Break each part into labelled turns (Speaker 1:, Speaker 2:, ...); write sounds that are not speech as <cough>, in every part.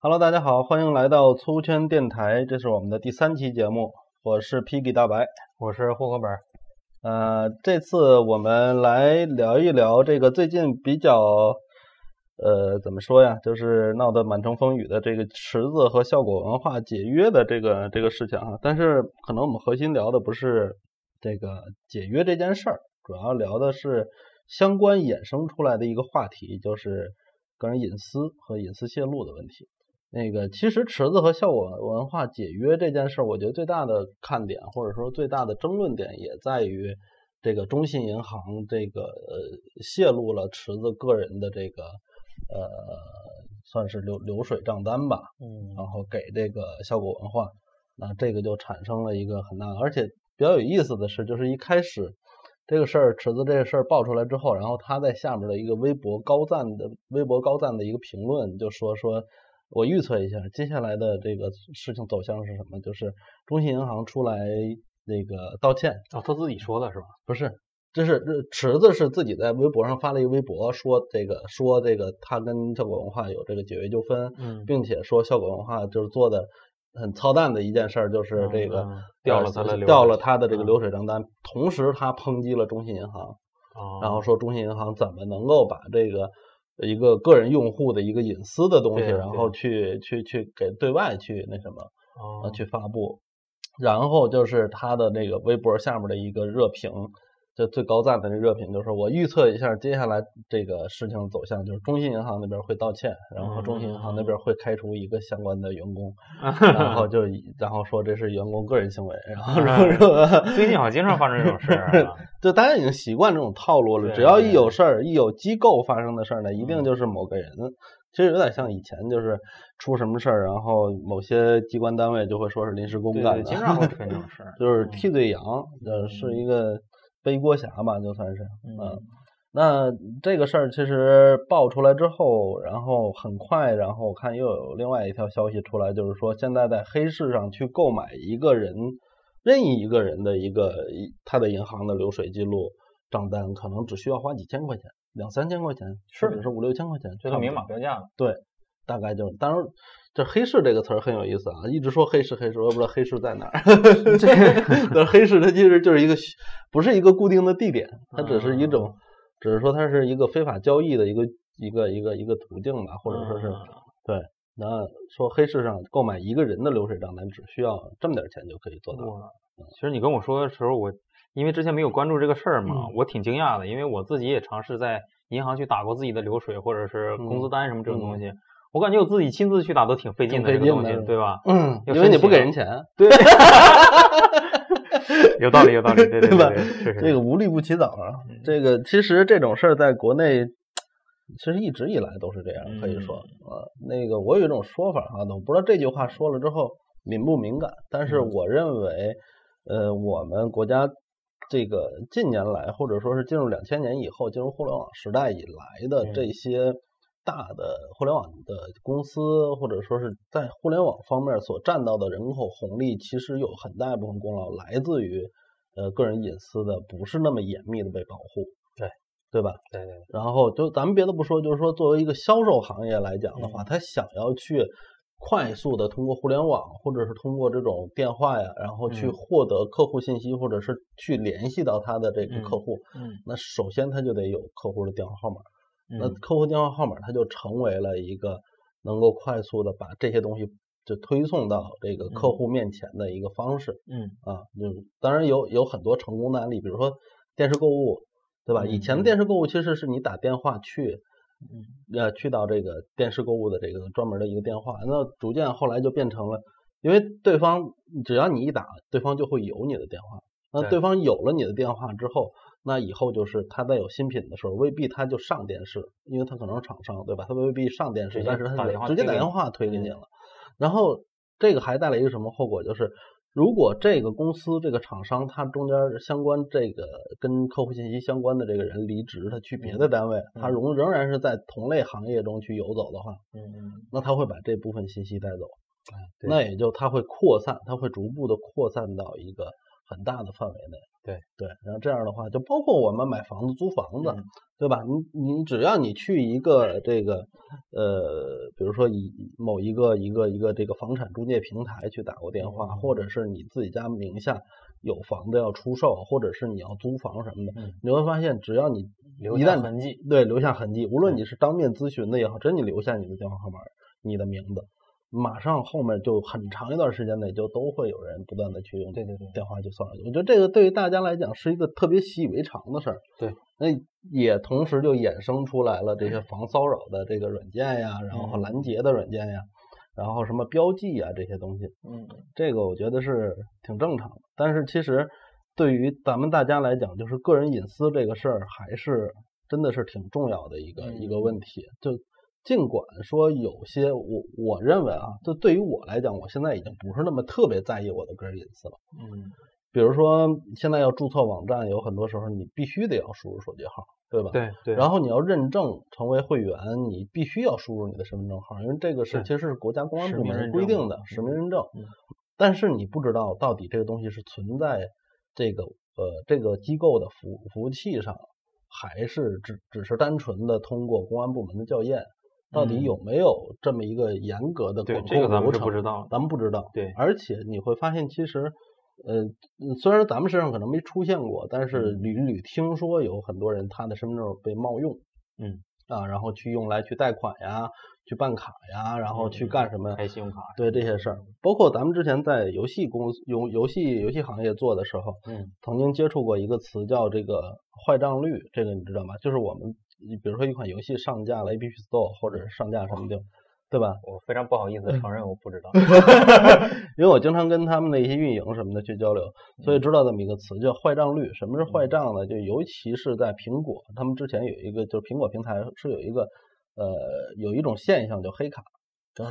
Speaker 1: Hello，大家好，欢迎来到粗圈电台，这是我们的第三期节目，我是 Piggy 大白，
Speaker 2: 我是户口本。
Speaker 1: 呃，这次我们来聊一聊这个最近比较，呃，怎么说呀，就是闹得满城风雨的这个池子和效果文化解约的这个这个事情啊。但是可能我们核心聊的不是这个解约这件事儿，主要聊的是相关衍生出来的一个话题，就是个人隐私和隐私泄露的问题。那个其实池子和效果文化解约这件事儿，我觉得最大的看点或者说最大的争论点也在于这个中信银行这个呃泄露了池子个人的这个呃算是流流水账单吧，
Speaker 2: 嗯
Speaker 1: 然后给这个效果文化，那这个就产生了一个很大的，而且比较有意思的是，就是一开始这个事儿池子这个事儿爆出来之后，然后他在下面的一个微博高赞的微博高赞的一个评论就说说。我预测一下，接下来的这个事情走向是什么？就是中信银行出来那个道歉，
Speaker 2: 哦，他自己说的是吧？
Speaker 1: 不是，这是这池子是自己在微博上发了一个微博，说这个说这个他跟效果文化有这个解约纠纷，
Speaker 2: 嗯
Speaker 1: 并且说效果文化就是做的很操蛋的一件事儿，就是这个、
Speaker 2: 嗯嗯掉了他的
Speaker 1: 呃
Speaker 2: 流水
Speaker 1: 掉了他的这个
Speaker 2: 嗯
Speaker 1: 流水账单，同时他抨击了中信银行，
Speaker 2: 哦
Speaker 1: 然后说中信银行怎么能够把这个一个个人用户的一个隐私的东西，
Speaker 2: 对啊
Speaker 1: 然后去去去给对外去那什么
Speaker 2: 哦
Speaker 1: 呃
Speaker 2: <laughs>
Speaker 1: 去发布，然后就是他的那个微博下面的一个热评，就最高赞的那热评，就是我预测一下接下来这个事情走向，就是中信银行那边会道歉，然后中信银行那
Speaker 2: 哦
Speaker 1: 边会开除一个相关的员
Speaker 2: <laughs>
Speaker 1: 工，然后就以然后说这是员工个人行为，然
Speaker 2: <laughs>
Speaker 1: 后说说。
Speaker 2: 哎
Speaker 1: <laughs>
Speaker 2: 最近好像经常发生这种事儿啊
Speaker 1: 就大家已经习惯这种套路了。
Speaker 2: 对
Speaker 1: 只要
Speaker 2: 对
Speaker 1: 一有事儿，一有机构发生的事儿呢，一定
Speaker 2: 嗯
Speaker 1: 就是某个人。其实有点像以前，就是出什么事儿，然后某些机关单位就会说是临时公
Speaker 2: 对
Speaker 1: 干
Speaker 2: 对，
Speaker 1: 的，。
Speaker 2: 经常会出现这种事儿
Speaker 1: <laughs> 就是替罪羊，呃，是一个背锅侠吧，就算是。
Speaker 2: 嗯
Speaker 1: 那这个事儿其实爆出来之后，然后很快，然后我看又有另外一条消息出来，就是说现在在黑市上去购买一个人任意一个人的一个一他的银行的流水记录账单，可能只需要花几千块钱，两三千块钱，
Speaker 2: 是
Speaker 1: 或者是五六千块钱，
Speaker 2: 这
Speaker 1: 差不
Speaker 2: 都明
Speaker 1: 多
Speaker 2: 码标
Speaker 1: <laughs>
Speaker 2: 价了。
Speaker 1: 大概就是，当然这黑市这个词儿很有意思啊，一直说黑市黑市，我也不知道黑市在哪儿。
Speaker 2: <laughs>
Speaker 1: <laughs> 这黑市它其实就是一个虚不是一个固定的地点，它只是一种，只是说它是一个非法交易的一个一个一个一个途径吧，或者说是
Speaker 2: 嗯
Speaker 1: 那说黑市上购买一个人的流水账单只需要这么点儿钱就可以做到。
Speaker 2: 我其实你跟我说的时候，我因为之前没有关注这个事儿嘛，
Speaker 1: 嗯
Speaker 2: 我挺惊讶的，因为我自己也尝试在银行去打过自己的流水或者是
Speaker 1: 嗯
Speaker 2: 工资单什么这种东西，我感觉我自己亲自去打都挺费劲的，
Speaker 1: 挺
Speaker 2: 这
Speaker 1: 费
Speaker 2: 个东
Speaker 1: 劲的
Speaker 2: 西，
Speaker 1: <laughs>
Speaker 2: 对吧？
Speaker 1: 嗯，
Speaker 2: 要
Speaker 1: 因为你
Speaker 2: 申
Speaker 1: 不给
Speaker 2: 请
Speaker 1: 人钱，
Speaker 2: 对， <laughs> 有道理，
Speaker 1: <laughs>
Speaker 2: 有道理，对对
Speaker 1: 对吧
Speaker 2: 对，嗯是是
Speaker 1: 这个无利不起早啊。这个其实这种事儿在国内，其实一直以来都是这样，可以说
Speaker 2: 嗯
Speaker 1: 啊，那个我有一种说法哈、我不知道这句话说了之后敏不敏感，但是
Speaker 2: 嗯
Speaker 1: 我认为，呃，我们国家这个近年来，或者说是进入两千年以后，进入互联网时代以来的
Speaker 2: 嗯
Speaker 1: 这些。大的互联网的公司，或者说是在互联网方面所占到的人口红利，其实有很大一部分功劳来自于呃个人隐私的不是那么严密的被保护，
Speaker 2: 对
Speaker 1: 对吧？
Speaker 2: 对对，
Speaker 1: 然后就咱们别的不说，就是说作为一个销售行业来讲的
Speaker 2: 嗯
Speaker 1: 话，他想要去快速的通过互联网或者是通过这种电话呀，然后去
Speaker 2: 嗯
Speaker 1: 获得客户信息，或者是去联系到他的这个
Speaker 2: 嗯
Speaker 1: 客户，
Speaker 2: 嗯
Speaker 1: 那首先他就得有客户的电话号码。那
Speaker 2: 嗯
Speaker 1: 客户电话号码它就成为了一个能够快速的把这些东西就推送到这个客
Speaker 2: 嗯
Speaker 1: 户面前的一个方式
Speaker 2: 嗯
Speaker 1: 啊。就是当然有有很多成功的案例，比如说电视购物，对吧？以前的
Speaker 2: 嗯嗯
Speaker 1: 电视购物其实是你打电话去。
Speaker 2: 嗯
Speaker 1: 呃，去到这个电视购物的这个专门的一个电话，那逐渐后来就变成了，因为对方只要你一打，对方就会有你的电话。那
Speaker 2: 对
Speaker 1: 对方有了你的电话之后，那以后就是他在有新品的时候，未必他就上电视，因为他可能是厂商，对吧？他未必上电视，
Speaker 2: 直接
Speaker 1: 但是他
Speaker 2: 打
Speaker 1: 是
Speaker 2: 电话
Speaker 1: 直接
Speaker 2: 推
Speaker 1: 打
Speaker 2: 给
Speaker 1: 电
Speaker 2: 你
Speaker 1: 话推给你
Speaker 2: 嗯
Speaker 1: 了。然后这个还带来一个什么后果？就是如果这个公司、这个厂商，它中间相关这个跟客户信息相关的这个人离职，他去别的单位，他
Speaker 2: 嗯
Speaker 1: 仍仍然是在同类行业中去游走的话，
Speaker 2: 嗯嗯，
Speaker 1: 那他会把这部分信息带走，
Speaker 2: 啊对
Speaker 1: 那也就他会扩散，他会逐步的扩散到一个很大的范围内。
Speaker 2: 对
Speaker 1: 对，然后这样的话，就包括我们买房子、租房子，
Speaker 2: 嗯
Speaker 1: 对吧？你你只要你去一个这个呃，比如说以某一个一个一个这个房产中介平台去打过电
Speaker 2: 嗯
Speaker 1: 话，或者是你自己家名下有房子要出售，或者是你要租房什么的，
Speaker 2: 嗯
Speaker 1: 你会发现，只要你
Speaker 2: 留
Speaker 1: 一
Speaker 2: 下
Speaker 1: 旦
Speaker 2: 痕迹，嗯
Speaker 1: 对，留下痕迹。无论你是当面咨询的也好，只要你留下你的电话号码、你的名字，马上后面就很长一段时间内就都会有人不断的去用
Speaker 2: 对对对
Speaker 1: 电话去骚扰你。我觉得这个对于大家来讲是一个特别习以为常的事儿。
Speaker 2: 对，
Speaker 1: 那也同时就衍生出来了这些防骚扰的这个软件呀，然后
Speaker 2: 嗯
Speaker 1: 拦截的软件呀，然后什么标记呀这些东西。
Speaker 2: 嗯，
Speaker 1: 这个我觉得是挺正常的。但是其实对于咱们大家来讲，就是个人隐私这个事儿，还是真的是挺重要的一个、一个问题。就尽管说有些我我认为啊，就对于我来讲，我现在已经不是那么特别在意我的个人隐私了。
Speaker 2: 嗯，
Speaker 1: 比如说现在要注册网站，有很多时候你必须得要输入手机号，对吧？。
Speaker 2: 对对，
Speaker 1: 然后
Speaker 2: 后
Speaker 1: 你要认证成为会员，你必须要输入你的身份证号，因为这个是
Speaker 2: 对
Speaker 1: 其实是国家公安
Speaker 2: 实
Speaker 1: 部
Speaker 2: 名
Speaker 1: 门
Speaker 2: 认
Speaker 1: 规
Speaker 2: 证
Speaker 1: 定
Speaker 2: 嘛
Speaker 1: 的实名认证
Speaker 2: 嗯。
Speaker 1: 但是你不知道到底这个东西是存在这个呃这个机构的服服务器上，还是只只是单纯的通过公安部门的校验，到底
Speaker 2: 嗯
Speaker 1: 有没有这么一个严格的
Speaker 2: 对
Speaker 1: 管
Speaker 2: 这个咱
Speaker 1: 控流
Speaker 2: 们是不
Speaker 1: 程？
Speaker 2: 知道的，
Speaker 1: 咱们不知道。
Speaker 2: 对
Speaker 1: 而且你会发现，其实，呃，嗯虽然咱们身上可能没出现过，但是
Speaker 2: 嗯
Speaker 1: 屡屡听说有很多人他的身份证被冒用，
Speaker 2: 嗯，
Speaker 1: 啊，然后去用来去贷款呀，去办卡呀，然后去
Speaker 2: 嗯
Speaker 1: 干什么，
Speaker 2: 开信用卡，
Speaker 1: 对这些事儿，包括咱们之前在游戏公司、游游戏游戏行业做的时候，
Speaker 2: 嗯
Speaker 1: 曾经接触过一个词叫这个坏账率，这个你知道吗？就是我们比如说一款游戏上架了 App Store 或者是上架什么地儿，对吧？
Speaker 2: 我非常不好意
Speaker 1: 嗯
Speaker 2: 思承认我不知
Speaker 1: <laughs>
Speaker 2: 道，
Speaker 1: 因为我经常跟他们的一些运营什么的去交流，所以知道这么一个词叫坏账率。什么是坏账呢？就尤其是在苹果，他们之前有一个，就是苹果平台是有一个，呃，有一种现象叫黑卡。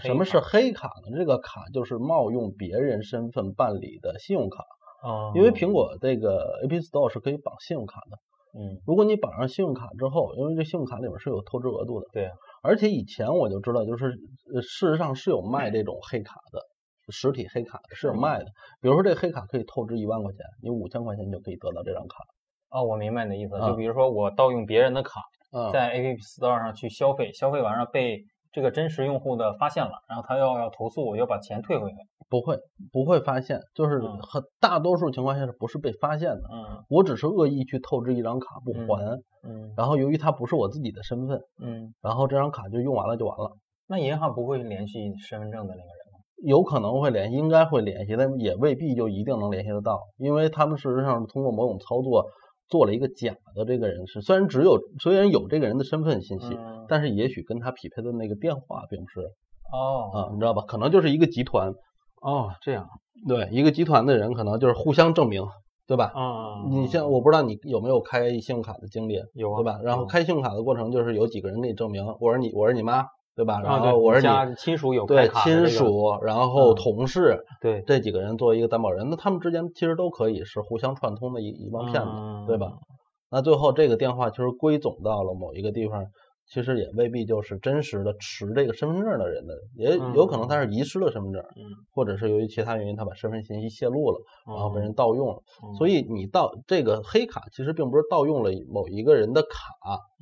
Speaker 2: 黑
Speaker 1: 什么
Speaker 2: 卡
Speaker 1: 是黑卡呢？这个卡就是冒用别人身份办理的信用卡，
Speaker 2: 啊
Speaker 1: 因为苹，果这个 App Store 是可以绑信用卡的。
Speaker 2: 嗯，
Speaker 1: 如果你绑上信用卡之后，因为这信用卡里面是有透支额度的，
Speaker 2: 对啊，
Speaker 1: 而且以前我就知道，就是呃，事实上是有卖这种黑卡的，实体黑卡是有
Speaker 2: 是吗
Speaker 1: 卖的。比如说这黑卡可以透支一万块钱，你五千块钱你就可以得到这张卡。
Speaker 2: 哦，我明白你的意思，
Speaker 1: 啊
Speaker 2: 就比如说我盗用别人的卡，
Speaker 1: 嗯，
Speaker 2: 在 App Store 上去消费，消费完了被这个真实用户的发现了，然后他要要投诉我，要把钱退回去。
Speaker 1: 不会不会发现，就是
Speaker 2: 嗯
Speaker 1: 很大多数情况下是不是被发现的？
Speaker 2: 嗯
Speaker 1: 我只是恶意去透支一张卡不
Speaker 2: 嗯
Speaker 1: 还，
Speaker 2: 嗯
Speaker 1: 然后由于它不是我自己的身份，
Speaker 2: 嗯，
Speaker 1: 然后这张卡就用完了就完了。
Speaker 2: 那银行不会联系身份证的那个人吗？
Speaker 1: 有可能会联系，应该会联系，但也未必就一定能联系得到，因为他们事实上是通过某种操作做了一个假的这个人是，虽然只有虽然有这个人的身份信息，
Speaker 2: 嗯
Speaker 1: 但是也许跟他匹配的那个电话并不是
Speaker 2: 哦
Speaker 1: 啊，你知道吧？可能就是一个集团，
Speaker 2: 哦，这样
Speaker 1: 嗯对，一个集团的人可能就是互相证明，对吧？
Speaker 2: 啊
Speaker 1: 你像我不知道你有没有开信用卡的经历，
Speaker 2: 有啊
Speaker 1: 对吧？然后
Speaker 2: 有
Speaker 1: 开信用卡的过程就是有几个人给你证明，我是你，我是你妈，对吧？
Speaker 2: 啊，
Speaker 1: 然
Speaker 2: 对，
Speaker 1: 后我是你。
Speaker 2: 家亲属有
Speaker 1: 对
Speaker 2: 开卡的这
Speaker 1: 亲
Speaker 2: 个，
Speaker 1: 属，然后
Speaker 2: 嗯
Speaker 1: 同事，
Speaker 2: 对
Speaker 1: 这几个人作为一个担保人，那他们之间其实都可以是互相串通的一一帮骗子，
Speaker 2: 啊嗯
Speaker 1: 对吧？？那最后这个电话其实归总到了某一个地方，其实也未必就是真实的持这个身份证的人的，也有可能他是遗失了身份证，
Speaker 2: 嗯，
Speaker 1: 或者是由于其他原因他把身份信息泄露了，
Speaker 2: 嗯
Speaker 1: 然后被人盗用了。
Speaker 2: 嗯
Speaker 1: 所以你盗这个黑卡其实并不是盗用了某一个人的卡，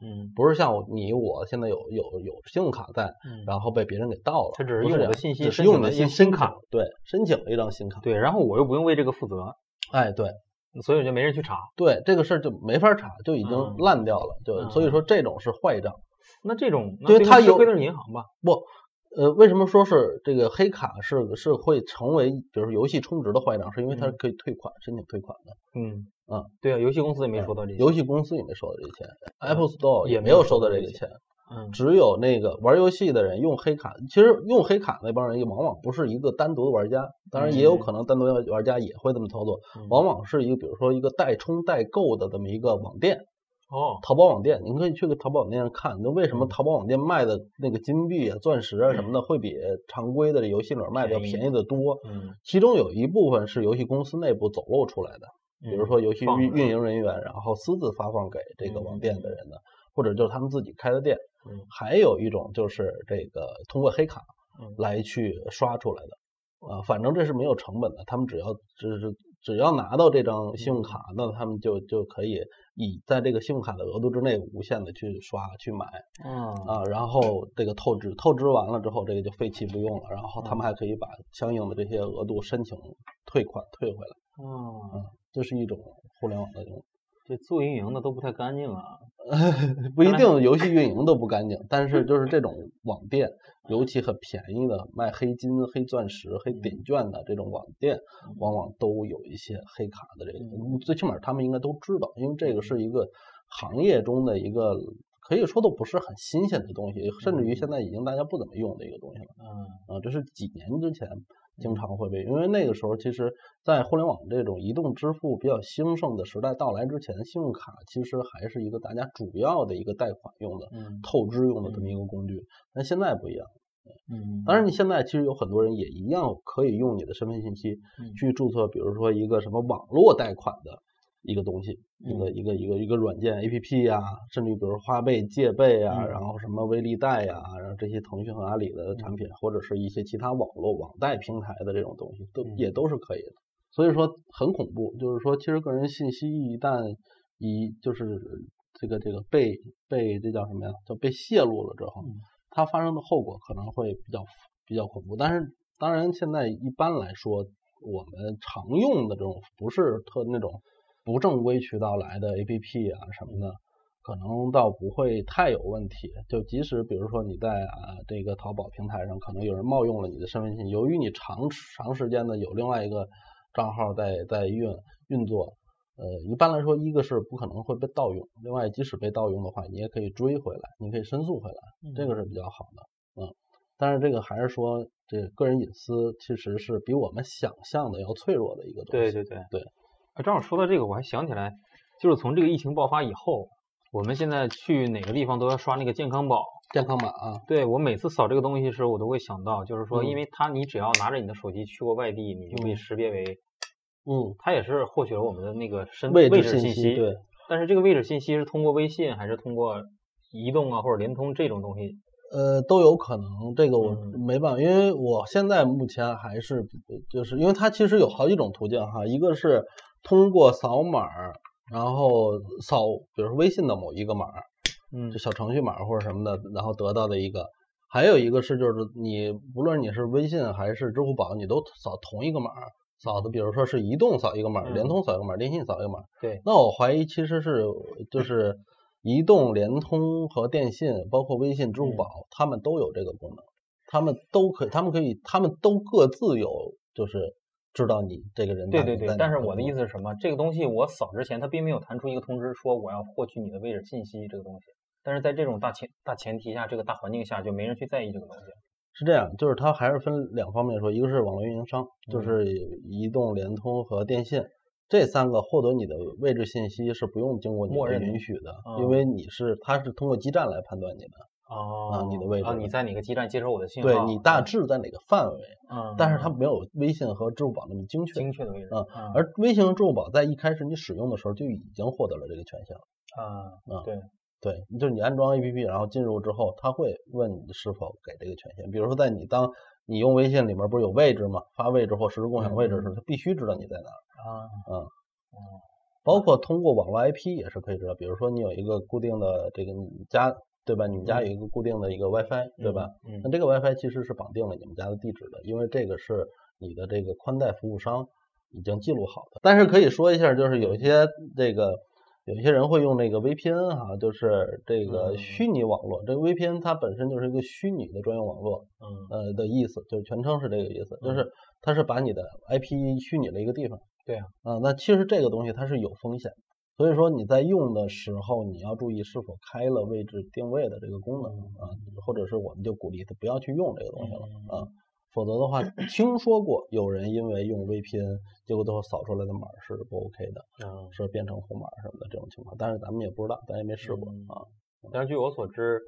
Speaker 2: 嗯
Speaker 1: 不是像我你我现在有有有信用卡在，
Speaker 2: 嗯，
Speaker 1: 然后被别人给盗了。
Speaker 2: 他只是
Speaker 1: 不
Speaker 2: 用
Speaker 1: 这
Speaker 2: 我
Speaker 1: 样
Speaker 2: 的信息
Speaker 1: 只是
Speaker 2: 申
Speaker 1: 用
Speaker 2: 请
Speaker 1: 你
Speaker 2: 了
Speaker 1: 的
Speaker 2: 一
Speaker 1: 信
Speaker 2: 个
Speaker 1: 新
Speaker 2: 新卡，
Speaker 1: 对，申请了一张新卡。
Speaker 2: 对，然后我又不用为这个负责，
Speaker 1: 哎，对
Speaker 2: 所以就没人去查。
Speaker 1: 对，这个事儿就没法查，就已经
Speaker 2: 嗯
Speaker 1: 烂掉了，就所以
Speaker 2: 嗯
Speaker 1: 说这种是坏账。
Speaker 2: 那这种，那
Speaker 1: 对
Speaker 2: 最后
Speaker 1: 他
Speaker 2: 吃
Speaker 1: 有
Speaker 2: 亏的是银行吧？
Speaker 1: 不，呃，为什么说是这个黑卡是是会成为，比如说游戏充值的坏账，是因为它是
Speaker 2: 嗯
Speaker 1: 可以退款、申请退款的。
Speaker 2: 嗯
Speaker 1: 啊，
Speaker 2: 对啊，游戏公司也没
Speaker 1: 嗯
Speaker 2: 说到这些。
Speaker 1: 游戏公司也没收到这钱，Apple Store
Speaker 2: 嗯也
Speaker 1: 也
Speaker 2: 没
Speaker 1: 没
Speaker 2: 有
Speaker 1: 有
Speaker 2: 收
Speaker 1: 收到
Speaker 2: 到
Speaker 1: 这
Speaker 2: 这
Speaker 1: 个
Speaker 2: 些
Speaker 1: 钱，
Speaker 2: 嗯
Speaker 1: 只有那个玩游戏的人用黑卡。其实用黑卡那帮人也往往不是一个单独的玩家，当然也有
Speaker 2: 嗯
Speaker 1: 可能单独的玩家也会这么操作，
Speaker 2: 嗯
Speaker 1: 往往是一个比如说一个代充代购的这么一个网店，
Speaker 2: 哦，
Speaker 1: 淘宝网店，你可以去个淘宝网店上看，那为什么
Speaker 2: 嗯
Speaker 1: 淘宝网店卖的那个金币啊、钻石啊什么的，会比常规的这游戏里面卖的要
Speaker 2: 便宜
Speaker 1: 便宜的多？
Speaker 2: 嗯，
Speaker 1: 其中有一部分是游戏公司内部走漏出来的，比如说游戏
Speaker 2: 嗯放嗯
Speaker 1: 运
Speaker 2: 出来
Speaker 1: 运营人员，然后私自发放给这个网店的人的，或者就是他们自己开的店
Speaker 2: 嗯。
Speaker 1: 还有一种就是这个通过黑卡
Speaker 2: 嗯
Speaker 1: 呃来去刷出来的，啊，反正这是没有成本的，他们只要就是只要拿到这张信用卡，那他们就就可以以在这个信用卡的额度之内无限的去刷去买
Speaker 2: 嗯
Speaker 1: 啊，然后这个透支，透支完了之后，这个就废弃不用了，然后他们还可以把相应的这些额度申请退款退回来，
Speaker 2: 嗯，
Speaker 1: 这是一种互联网的用，
Speaker 2: 这做运营的都不太干净啊。
Speaker 1: 不一定游戏运营都不干净，但是就是这种网店，尤其很便宜的卖黑金、黑钻石、黑点券的这种网店，往往都有一些黑卡的这个，
Speaker 2: 嗯
Speaker 1: 最起码他们应该都知道，因为这个是一个行业中的一个可以说都不是很新鲜的东西，甚至于现在已经大家不怎么用的一个东西了
Speaker 2: 嗯
Speaker 1: 啊，这是几年之前经常会被，因为那个时候其实，在互联网这种移动支付比较兴盛的时代到来之前，信用卡其实还是一个大家主要的一个贷款用的。
Speaker 2: 嗯
Speaker 1: 透支用的这么一个工具，但现在不一样。
Speaker 2: 嗯，
Speaker 1: 当然，你现在其实有很多人也一样可以用你的身份信息
Speaker 2: 嗯
Speaker 1: 去注册，比如说一个什么网络贷款的一个东西，一
Speaker 2: 嗯
Speaker 1: 个一个一个一个软件 APP 呀、甚至于比如说花呗、借呗啊，
Speaker 2: 嗯
Speaker 1: 然后什么微利贷呀、然后这些腾讯和阿里的
Speaker 2: 嗯
Speaker 1: 产品，或者是一些其他网络网贷平台的这种东西，都
Speaker 2: 嗯
Speaker 1: 也都是可以的。所以说很恐怖，就是说，其实个人信息一旦一就是这个这个被被这叫什么呀？叫被泄露了之后，
Speaker 2: 嗯
Speaker 1: 它发生的后果可能会比较比较恐怖。但是当然，现在一般来说，我们常用的这种不是特那种不正规渠道来的 APP 啊什么的，可能倒不会太有问题。就即使比如说你在啊这个淘宝平台上，可能有人冒用了你的身份信，息，由于你长长时间的有另外一个账号在在运运作，呃，一般来说，一个是不可能会被盗用，另外即使被盗用的话，你也可以追回来，你可以申诉回来，
Speaker 2: 嗯
Speaker 1: 这个是比较好的，嗯。但是这个还是说，这个人隐私其实是比我们想象的要脆弱的一个东
Speaker 2: 对
Speaker 1: 西。
Speaker 2: 对对
Speaker 1: 对。
Speaker 2: 啊，正好说到这个，我还想起来，就是从这个疫情爆发以后，我们现在去哪个地方都要刷那个健康宝。
Speaker 1: 健康码啊，
Speaker 2: 对我每次扫这个东西的时候，我都会想到，就是说，
Speaker 1: 嗯
Speaker 2: 因为它你只要拿着你的手机去过外地，你就被
Speaker 1: 嗯
Speaker 2: 识别为，
Speaker 1: 嗯，
Speaker 2: 它也是获取了我们的那个身
Speaker 1: 位置
Speaker 2: 置
Speaker 1: 信
Speaker 2: 息。
Speaker 1: 息对，
Speaker 2: 但是这个位置信息是通过微信还是通过移动啊或者联通这种东西？
Speaker 1: 呃，都有可能，这个我
Speaker 2: 嗯
Speaker 1: 没办法，因为我现在目前还是比就是因为它其实有好几种途径哈，一个是通过扫码，然后扫，比如说微信的某一个码，
Speaker 2: 嗯
Speaker 1: 就小程序码或者什么的，然后得到的一个。还有一个是，就是你无论你是微信还是支付宝，你都扫同一个码，扫的，比如说是移动扫一个码，
Speaker 2: 嗯
Speaker 1: 联通扫一个码，电信扫一个码。
Speaker 2: 对。
Speaker 1: 那我怀疑其实是就是移动、联通和电信，包括微信、支付宝，
Speaker 2: 嗯
Speaker 1: 他们都有这个功能，他们都可以，他们可以，他们都各自有，就是知道你这个人
Speaker 2: 对
Speaker 1: 在
Speaker 2: 对
Speaker 1: 哪
Speaker 2: 对
Speaker 1: 在，哪
Speaker 2: 但是
Speaker 1: 个
Speaker 2: 我的
Speaker 1: 地
Speaker 2: 意
Speaker 1: 方
Speaker 2: 思是什么？这个东西我扫之前，它并没有弹出一个通知说我要获取你的位置信息这个东西。但是在这种大前大前提下，这个大环境下，就没人去在意这个东西。
Speaker 1: 是这样，就是它还是分两方面说，一个是网络运营商，
Speaker 2: 嗯
Speaker 1: 就是移动、联通和电信。这三个获得你的位置信息是不用经过你
Speaker 2: 默
Speaker 1: 的
Speaker 2: 认的
Speaker 1: 允许的，
Speaker 2: 啊
Speaker 1: 因为你是它是通过基站来判断你的，
Speaker 2: 哦
Speaker 1: 你的位置
Speaker 2: 啊，你在哪个基站接收我的信号？
Speaker 1: 对
Speaker 2: 啊
Speaker 1: 你大致在哪个范围，
Speaker 2: 嗯，
Speaker 1: 但是它
Speaker 2: 嗯
Speaker 1: 没有微信和支付宝那么精确。
Speaker 2: 精确的位置。
Speaker 1: 嗯
Speaker 2: 嗯，
Speaker 1: 而微信和支付宝在一开始你使用的时候就已经获得了这个权限了，
Speaker 2: 嗯
Speaker 1: 嗯
Speaker 2: 对，
Speaker 1: 对，就是你安装 APP，然后进入之后，它会问你是否给这个权限。比如说，在你当你用微信里面不是有位置吗？发位置或实时共享位置的时候，它必须知道你在哪儿。
Speaker 2: 啊
Speaker 1: 嗯
Speaker 2: 哦，
Speaker 1: 包括通过网络 IP 也是可以知道，比如说你有一个固定的这个你家对吧？你们家有一个固定的一个 WiFi 对吧？？
Speaker 2: 嗯
Speaker 1: 那，这个 WiFi 其实是绑定了你们家的地址的，因为这个是你的这个宽带服务商已经记录好的。但是可以说一下，就是有一些这个有一些人会用那个 VPN 哈、就是这个
Speaker 2: 嗯
Speaker 1: 虚拟网络。这个 VPN 它本身就是一个虚拟的专用网络，
Speaker 2: 嗯，
Speaker 1: 呃的意思，就是全称是这个意思，就
Speaker 2: 嗯
Speaker 1: 是它是把你的 IP 虚拟了一个地方。
Speaker 2: 对啊。
Speaker 1: 啊、那其实这个东西它是有风险，所以说你在用的时候你要注意是否开了位置定位的这个功能
Speaker 2: 嗯
Speaker 1: 啊、或者是我们就鼓励他不要去用这个东西了啊、否则的话，听说过有人因为用 VPN，结果最后扫出来的码是不 OK 的，
Speaker 2: 嗯
Speaker 1: 是变成红码什么的这种情况，但是咱们也不知道，咱也没试过
Speaker 2: 嗯
Speaker 1: 啊。
Speaker 2: 但是据我所知，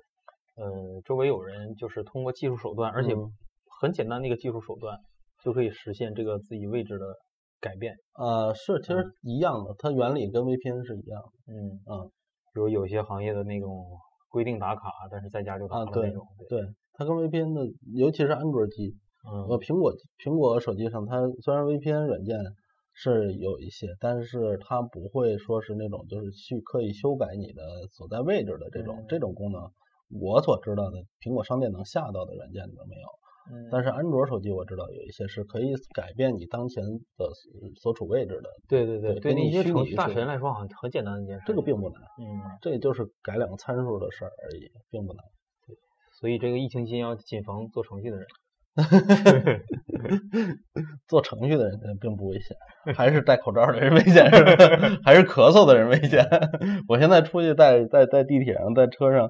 Speaker 2: 呃，周围有人就是通过技术手段，而且
Speaker 1: 嗯
Speaker 2: 很简单的一个技术手段，就可以实现这个自己位置的改变。
Speaker 1: 呃，是，其实一样的，它原理跟 VPN 是一样的。
Speaker 2: 嗯
Speaker 1: 嗯，
Speaker 2: 比如有些行业的那种规定打卡，但是在家就
Speaker 1: 啊
Speaker 2: 打了
Speaker 1: 对
Speaker 2: 那种。对，
Speaker 1: 对，它跟 VPN 的，尤其是安卓机，
Speaker 2: 嗯
Speaker 1: 呃，苹果苹果手机上，它虽然 VPN 软件是有一些，但是它不会说是那种就是去刻意修改你的所在位置的这种、
Speaker 2: 嗯
Speaker 1: 这种功能。我所知道的，苹果商店能下到的软件里面没有。
Speaker 2: 嗯
Speaker 1: 但是安卓手机我知道有一些是可以改变你当前的所处位置的，
Speaker 2: 对对对，
Speaker 1: 对
Speaker 2: 对
Speaker 1: 给
Speaker 2: 那
Speaker 1: 你
Speaker 2: 些
Speaker 1: 虚
Speaker 2: 程
Speaker 1: 拟
Speaker 2: 序大
Speaker 1: 是
Speaker 2: 神来说，好像很简单的一件事。
Speaker 1: 这个并不难，
Speaker 2: 嗯，
Speaker 1: 这就是改两个参数的事儿而已，并不难。
Speaker 2: 所以这个疫情期间要谨防做程序的人。
Speaker 1: 做程序的人呃并不危险，还是戴口罩的人危险，是吧？ <laughs> 还是咳嗽的人危险。 <laughs> 我现在出去在在在地铁上，在车上，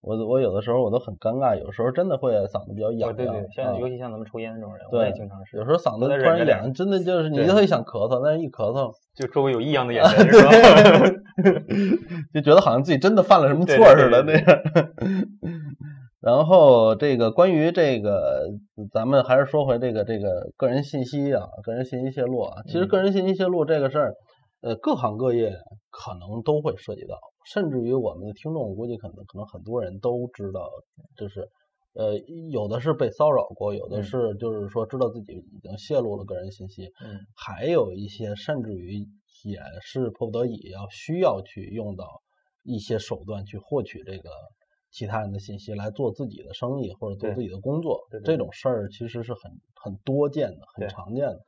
Speaker 1: 我我有的时候我都很尴尬，有时候真的会嗓子比较
Speaker 2: 哦，
Speaker 1: 痒
Speaker 2: 对
Speaker 1: 痒。
Speaker 2: 对，像
Speaker 1: 啊
Speaker 2: 尤其像咱们抽烟这种人，我
Speaker 1: 对
Speaker 2: 也经常是
Speaker 1: 有，时候嗓子突
Speaker 2: 我得忍
Speaker 1: 然
Speaker 2: 着
Speaker 1: 一
Speaker 2: 点
Speaker 1: 痒，真的就是你
Speaker 2: 对
Speaker 1: 就会想咳嗽，但是一咳嗽
Speaker 2: 就周围有异样的眼
Speaker 1: <laughs>
Speaker 2: 神，是吧？ <laughs>
Speaker 1: 就觉得好像自己真的犯了什么
Speaker 2: 对
Speaker 1: 错
Speaker 2: 对对
Speaker 1: 似的那
Speaker 2: 对
Speaker 1: 样。然后这个关于这个，咱们还是说回这个这个个人信息啊，个人信息泄露啊。其实
Speaker 2: 嗯
Speaker 1: 个人信息泄露这个事儿，呃，各行各业可能都会涉及到，甚至于我们的听众，我估计可能可能很多人都知道，就是。呃，有的是被骚扰过，有的
Speaker 2: 嗯
Speaker 1: 是就是说知道自己已经泄露了个人信息，
Speaker 2: 嗯
Speaker 1: 还有一些甚至于也是迫不得已要需要去用到一些手段去获取这个其他人的信息来做自己的生意或者做
Speaker 2: 对
Speaker 1: 自己的工作
Speaker 2: 对，
Speaker 1: 这
Speaker 2: 对
Speaker 1: 种事儿其实是很很多见的，
Speaker 2: 对
Speaker 1: 很常见的。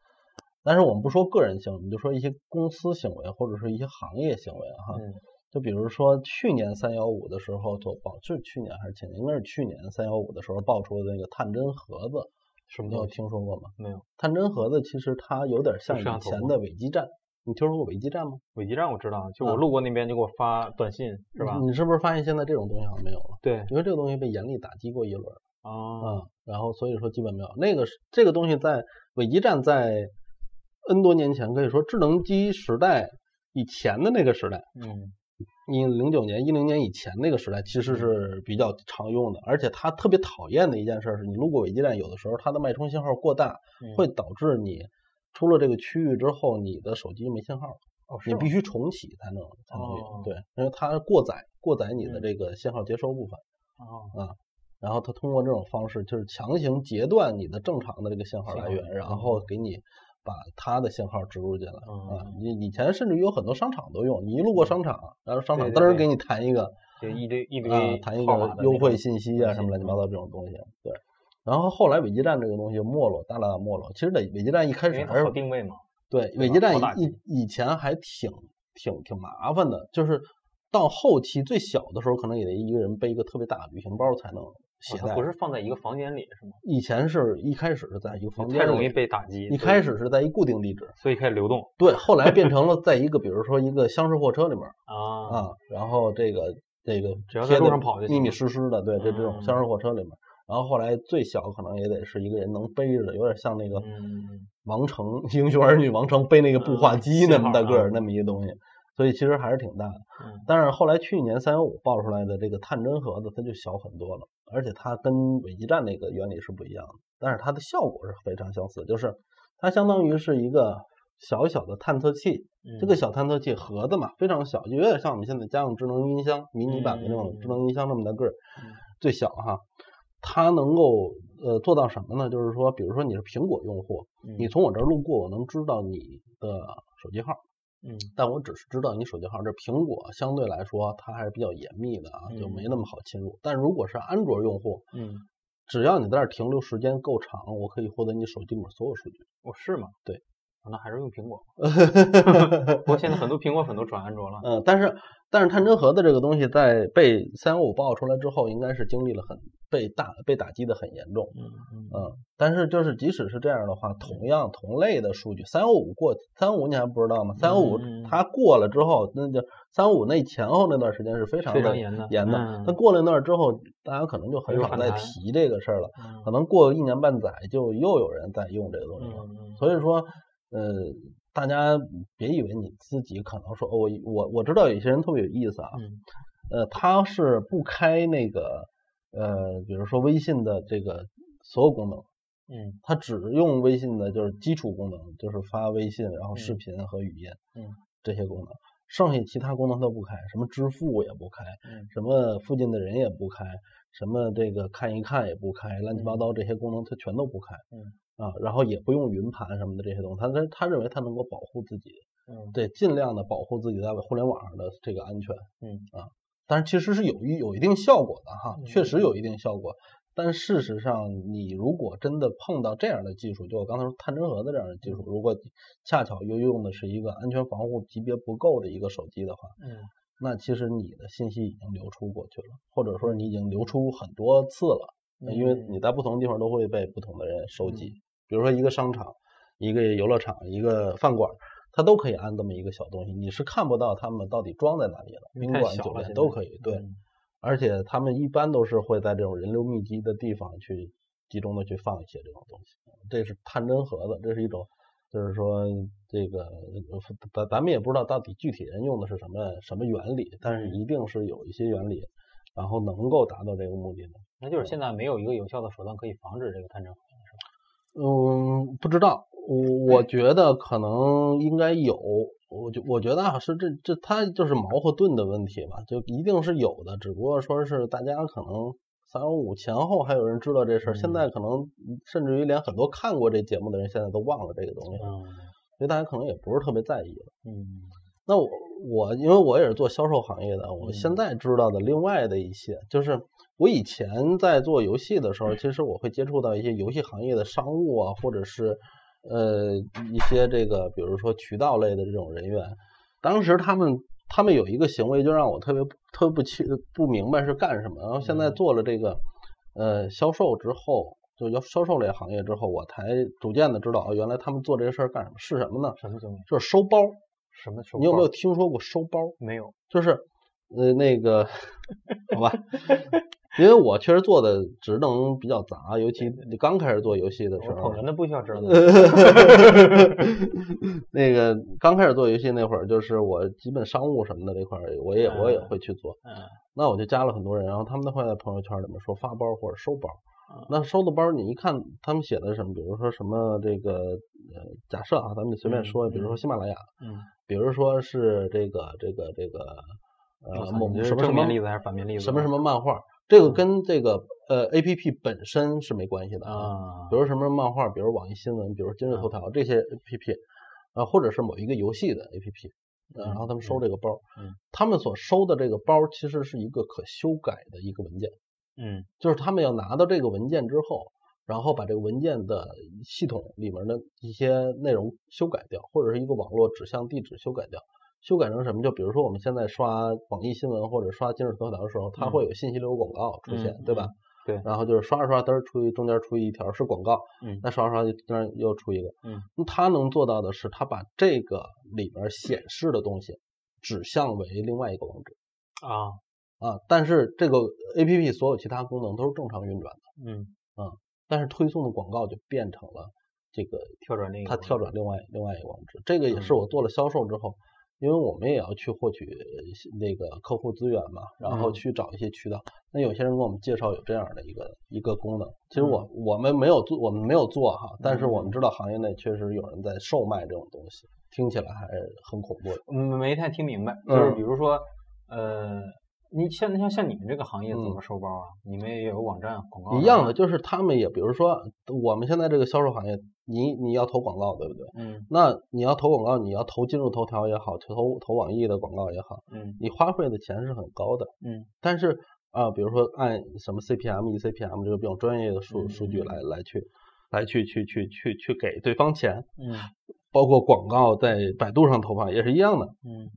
Speaker 1: 但是我们不说个人行为，我们就说一些公司行为或者是一些行业行为哈。
Speaker 2: 嗯
Speaker 1: 就比如说去年三幺五的时候，做爆是去年还是前年，应该是去年三幺五的时候爆出的那个探针盒子，
Speaker 2: 什么
Speaker 1: 你有
Speaker 2: 东西？
Speaker 1: 听说过吗？
Speaker 2: 没有，
Speaker 1: 探针盒子其实它有点像
Speaker 2: 摄像
Speaker 1: 以
Speaker 2: 头
Speaker 1: 前
Speaker 2: 吗
Speaker 1: 的伪基站，你听说过伪基站吗？
Speaker 2: 伪基站我知道，就我
Speaker 1: 啊
Speaker 2: 路过那边就给我发短信，是吧？
Speaker 1: 你是不是发现现在这种东西好像没有了？
Speaker 2: 对，
Speaker 1: 因为这个东西被严厉打击过一轮儿
Speaker 2: 哦，
Speaker 1: 啊、然后所以说基本没有。那个是这个东西在伪基站在 N 多年前，可以说智能机时代以前的那个时代，
Speaker 2: 嗯
Speaker 1: 一零九年、一零年以前那个时代其实
Speaker 2: 嗯
Speaker 1: 是比较常用的，而且它特别讨厌的一件事是，你路过伪基站，有的时候它的脉冲信号过大，
Speaker 2: 嗯
Speaker 1: 会导致你出了这个区域之后，你的手机没信号了。
Speaker 2: 哦，是
Speaker 1: 你
Speaker 2: 吗
Speaker 1: 必须重启才能才能用，
Speaker 2: 哦
Speaker 1: 对，因为它过载过载你的
Speaker 2: 嗯
Speaker 1: 这个信号接收部分，
Speaker 2: 哦，
Speaker 1: 然后它通过这种方式就是强行截断你的正常的这个信号
Speaker 2: 信
Speaker 1: 来
Speaker 2: 号
Speaker 1: 源，
Speaker 2: 源
Speaker 1: 然
Speaker 2: 嗯
Speaker 1: 后给你把它的信号植入进来、啊
Speaker 2: 嗯。
Speaker 1: 你以前甚至于有很多商场都用，你一路过商场，然后商
Speaker 2: 对
Speaker 1: 场
Speaker 2: 对
Speaker 1: 噔儿
Speaker 2: 对
Speaker 1: 给你弹一个
Speaker 2: 就一堆一堆
Speaker 1: 啊，谈一
Speaker 2: 号码
Speaker 1: 个
Speaker 2: 的
Speaker 1: 优
Speaker 2: 那
Speaker 1: 惠
Speaker 2: 种
Speaker 1: 信息
Speaker 2: 东
Speaker 1: 啊，
Speaker 2: 西
Speaker 1: 什么乱七八
Speaker 2: 嗯
Speaker 1: 糟这种东西。对，然后后来伪基站这个东西就没落，大大地没落。其实在伪基站一开
Speaker 2: 因
Speaker 1: 始
Speaker 2: 为它
Speaker 1: 还是
Speaker 2: 好定位嘛。
Speaker 1: 对，
Speaker 2: 对
Speaker 1: 伪
Speaker 2: 吧
Speaker 1: 基站
Speaker 2: 好打
Speaker 1: 以以以前还挺挺挺麻烦的，就是到后期最小的时候，可能也得一个人背一个特别大的旅行包才能携
Speaker 2: 哦它
Speaker 1: 带。
Speaker 2: 不是放在一个房间里是吗？
Speaker 1: 以前是一开始是在一个房间里，
Speaker 2: 太容易被打击。
Speaker 1: 一
Speaker 2: 所
Speaker 1: 开
Speaker 2: 以
Speaker 1: 始是在一固定地址，
Speaker 2: 所以开始流动
Speaker 1: 对，后来变成了在一个比如说一个厢式货车里面
Speaker 2: 啊。
Speaker 1: 啊，然后这个这个
Speaker 2: 只要
Speaker 1: 贴
Speaker 2: 在路
Speaker 1: 得
Speaker 2: 上跑
Speaker 1: 密
Speaker 2: 就行
Speaker 1: 密
Speaker 2: 了
Speaker 1: 实实的，对，这这种
Speaker 2: 嗯
Speaker 1: 厢式货车里面。然后后来最小可能也得是一个人能背着的，有点像那个
Speaker 2: 嗯，
Speaker 1: 王成 <laughs> 《英雄儿女》王成背那个步话机那么大个
Speaker 2: 嗯信号啊
Speaker 1: 儿那么一个东西，所以其实还是挺大的。
Speaker 2: 嗯
Speaker 1: 但是后来去年三幺五爆出来的这个探针盒子，它就小很多了，而且它跟伪基站那个原理是不一样的，但是它的效果是非常相似，就是它相当于是一个小小的探测器，这个
Speaker 2: 嗯
Speaker 1: 小探测器盒子嘛，非常小，就有点像我们现在家用智能音箱迷你版的那种智能音箱那么大个儿
Speaker 2: 嗯，
Speaker 1: 最小哈。它能够呃做到什么呢？就是说，比如说你是苹果用户，
Speaker 2: 嗯
Speaker 1: 你从我这儿路过，我能知道你的手机号，
Speaker 2: 嗯
Speaker 1: 但我只是知道你手机号。这苹果相对来说它还是比较严密的啊，就没那么好侵入。但如果是安卓用户，
Speaker 2: 嗯，
Speaker 1: 只要你在这儿停留时间够长，我可以获得你手机里面所有数据。
Speaker 2: 哦是吗？
Speaker 1: 对
Speaker 2: 哦，那还是用苹果。
Speaker 1: <laughs>
Speaker 2: 不过现在很多苹果粉都转安卓了。
Speaker 1: 嗯，但是但是探针盒的这个东西在被三五爆出来之后，应该是经历了很被大被打击的很严重。
Speaker 2: 嗯嗯
Speaker 1: 嗯，但是就是即使是这样的话，同样同类的数据，三幺五过三五你还不知道吗？三幺五
Speaker 2: 嗯嗯嗯
Speaker 1: 它过了之后，那就三五那前后那段时间是非常
Speaker 2: 非常
Speaker 1: 的
Speaker 2: 严的
Speaker 1: 严的。
Speaker 2: 嗯
Speaker 1: 那过了那儿之后，大家可能就很
Speaker 2: 有
Speaker 1: 少
Speaker 2: 反
Speaker 1: 再
Speaker 2: 弹
Speaker 1: 提这个事儿了，
Speaker 2: 嗯
Speaker 1: 可能过一年半载就又有人在用这个东西了。
Speaker 2: 嗯
Speaker 1: 所以说，呃，大家别以为你自己可能说，哦、我我我知道有些人特别有意思啊，
Speaker 2: 嗯
Speaker 1: 呃，他是不开那个呃，比如说微信的这个所有功能。
Speaker 2: 嗯
Speaker 1: 它只用微信的就是基础功能，就是发微信，然后视频和语音，
Speaker 2: 嗯，
Speaker 1: 这些功能，剩下其他功能都不开，什么支付也不开，
Speaker 2: 嗯
Speaker 1: 什么附近的人也不开，什么这个看一看也不开，乱七八糟这些功能它全都不开，
Speaker 2: 嗯
Speaker 1: 啊，然后也不用云盘什么的这些东西，他他他认为他能够保护自己，
Speaker 2: 嗯
Speaker 1: 对，尽量的保护自己在互联网上的这个安全，
Speaker 2: 嗯
Speaker 1: 但是其实是有一有一定效果的哈，
Speaker 2: 嗯
Speaker 1: 确实有一定效果。但事实上，你如果真的碰到这样的技术，就我刚才说探针盒的这样的技术，如果恰巧又用的是一个安全防护级别不够的一个手机的话，
Speaker 2: 嗯
Speaker 1: 那其实你的信息已经流出过去了，或者说你已经流出很多次了，
Speaker 2: 嗯，
Speaker 1: 因为你在不同地方都会被不同的人收集。比如说一个商场、一个游乐场、一个饭馆，它都可以安这么一个小东西，你是看不到他们到底装在哪里了。
Speaker 2: 因为
Speaker 1: 宾
Speaker 2: 太
Speaker 1: 馆、
Speaker 2: 小
Speaker 1: 酒
Speaker 2: 了
Speaker 1: 店
Speaker 2: 现
Speaker 1: 都
Speaker 2: 在
Speaker 1: 可以，对。
Speaker 2: 嗯
Speaker 1: 而且他们一般都是会在这种人流密集的地方去集中的去放一些这种东西，这是探针盒子，这是一种，就是说这个呃咱咱们也不知道到底具体人用的是什么什么原理，但是一定是有一些原理，然后能够达到这个目的的。
Speaker 2: 那就是现在没有一个有效的手段可以防止这个探针。
Speaker 1: 嗯，不知道，我我觉得可能应该有，我觉我觉得啊，是这这它就是矛和盾的问题吧，就一定是有的，只不过说是大家可能三幺五前后还有人知道这事儿，现
Speaker 2: 嗯
Speaker 1: 在可能甚至于连很多看过这节目的人现在都忘了这个东西，
Speaker 2: 嗯
Speaker 1: 所以大家可能也不是特别在意了。
Speaker 2: 嗯
Speaker 1: 那我我因为我也是做销售行业的，我
Speaker 2: 嗯
Speaker 1: 现在知道的另外的一些，就是我以前在做游戏的时候，其实我会接触到一些游戏行业的商务啊，或者是呃一些这个，比如说渠道类的这种人员，当时他们他们有一个行为，就让我特别不特别不清不明白是干什么。然后现在
Speaker 2: 嗯
Speaker 1: 做了这个呃销售之后，就销销售类行业之后，我才逐渐的知道，哦，原来他们做这个事儿干什么是什么呢？
Speaker 2: 什么行为？
Speaker 1: 就是收包。
Speaker 2: 什么手
Speaker 1: 你有没有
Speaker 2: 包？
Speaker 1: 听说过收包？
Speaker 2: 没有。
Speaker 1: 就是呃那个，好吧，因为我确实做的职能比较杂，尤其你刚开始做游戏的时
Speaker 2: 我
Speaker 1: 候
Speaker 2: 捧，哏的不需要知道的。
Speaker 1: <laughs> 那个刚开始做游戏那会儿，就是我基本商务什么的这块儿，我也我也
Speaker 2: 嗯
Speaker 1: 会去做。
Speaker 2: 嗯
Speaker 1: 那我就加了很多人，然后他们都会在朋友圈里面说发包或者收包
Speaker 2: 嗯。
Speaker 1: 那收的包，你一看他们写的是什么，比如说什么这个呃，假设啊，咱们就随便
Speaker 2: 嗯
Speaker 1: 说，比如说
Speaker 2: 嗯
Speaker 1: 喜马拉雅，
Speaker 2: 嗯，
Speaker 1: 比如说是这个这个这个
Speaker 2: 我
Speaker 1: 呃
Speaker 2: 操
Speaker 1: 某
Speaker 2: 你这
Speaker 1: 什
Speaker 2: 是
Speaker 1: 么什
Speaker 2: 正
Speaker 1: 么
Speaker 2: 面例子还是反面例子？啊嗯
Speaker 1: 什么什么漫画，这个跟这个呃 A P P 本身是没关系的。
Speaker 2: 啊嗯
Speaker 1: 比？如什么漫画，比如网易新闻，比如今日头条这些 A P P，啊，或者是某一个游戏的 A P P，呃，然后他们收这个包
Speaker 2: 嗯嗯，
Speaker 1: 他们所收的这个包其实是一个可修改的一个文件，
Speaker 2: 嗯
Speaker 1: 就是他们要拿到这个文件之后。然后把这个文件的系统里面的一些内容修改掉，或者是一个网络指向地址修改掉，修改成什么？就比如说我们现在刷网易新闻或者刷今日头条的时候，它
Speaker 2: 嗯
Speaker 1: 会有信息流广告出现，
Speaker 2: 嗯
Speaker 1: 对吧？
Speaker 2: 对
Speaker 1: 然后就是刷着刷，嘚儿出一中间出一条是广告，
Speaker 2: 嗯
Speaker 1: 那刷着刷就当然又出一个。
Speaker 2: 嗯，
Speaker 1: 他能做到的是，他把这个里边显示的东西指向为另外一个网址
Speaker 2: 啊
Speaker 1: 啊，但是这个 A P P 所有其他功能都是正常运转的，
Speaker 2: 嗯，
Speaker 1: 但是推送的广告就变成了这个
Speaker 2: 跳转那个。
Speaker 1: 它跳转另外另外一个网址。这个也是
Speaker 2: 嗯
Speaker 1: 我做了销售之后，因为我们也要去获取呃那个客户资源嘛，然后
Speaker 2: 嗯
Speaker 1: 去找一些渠道。那有些人给我们介绍有这样的一个一个功能，其
Speaker 2: 嗯
Speaker 1: 实我我们没有做，我们没有做哈，但是我们知道行业内确实有人在售卖这种东西，听起来还是很恐怖的。
Speaker 2: 嗯，没太听明白。就是
Speaker 1: 嗯
Speaker 2: 比如说，呃，你像像像你们这个行业怎
Speaker 1: 嗯
Speaker 2: 么收包啊？你们也有网站广告啊
Speaker 1: 一样的，
Speaker 2: 吧。
Speaker 1: 就是他们也，比如说我们现在这个销售行业，你你要投广告，对不对？
Speaker 2: 嗯
Speaker 1: 那你要投广告，你要投今日头条也好，投投网易的广告也好，
Speaker 2: 嗯
Speaker 1: 你花费的钱是很高的。
Speaker 2: 嗯
Speaker 1: 但是啊、呃比如说按什么 CPM、ECPM 这个比较专业的数数据
Speaker 2: 嗯嗯嗯
Speaker 1: 来来去来去去去去去给对方钱，
Speaker 2: 嗯
Speaker 1: 包括广告在百度上投放也是一样的。
Speaker 2: 嗯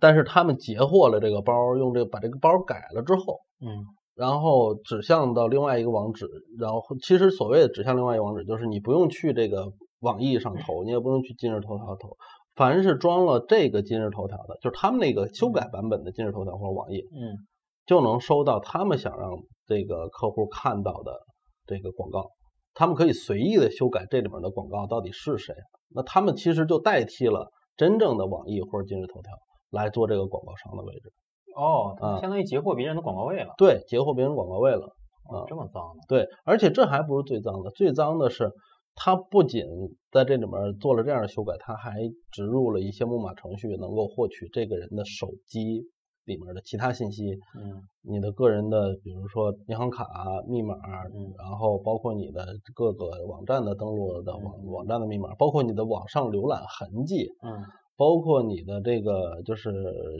Speaker 1: 但是他们截获了这个包，用这个把这个包改了之后，
Speaker 2: 嗯
Speaker 1: 然后指向到另外一个网址，然后其实所谓的指向另外一个网址，就是你不用去这个网易上投，你也不用去今日头条投。凡是装了这个今日头条的，就是他们那个修改版本的今日头条或者网易，
Speaker 2: 嗯
Speaker 1: 就能收到他们想让这个客户看到的这个广告。他们可以随意的修改这里面的广告到底是谁。那他们其实就代替了真正的网易或者今日头条来做这个广告商的位置。
Speaker 2: 哦，
Speaker 1: 啊
Speaker 2: 相当于截获别人的广告位了。
Speaker 1: 对，截获别人广告位了。
Speaker 2: 哦
Speaker 1: 啊，
Speaker 2: 这么脏呢？
Speaker 1: 对，而且这还不是最脏的，最脏的是。他不仅在这里面做了这样的修改，他还植入了一些木马程序，能够获取这个人的手机里面的其他信息，
Speaker 2: 嗯
Speaker 1: 你的个人的，比如说银行卡、密码，
Speaker 2: 嗯
Speaker 1: 然后包括你的各个网站的登录的网、
Speaker 2: 嗯
Speaker 1: 网站的密码，包括你的网上浏览痕迹，
Speaker 2: 嗯
Speaker 1: 包括你的这个就是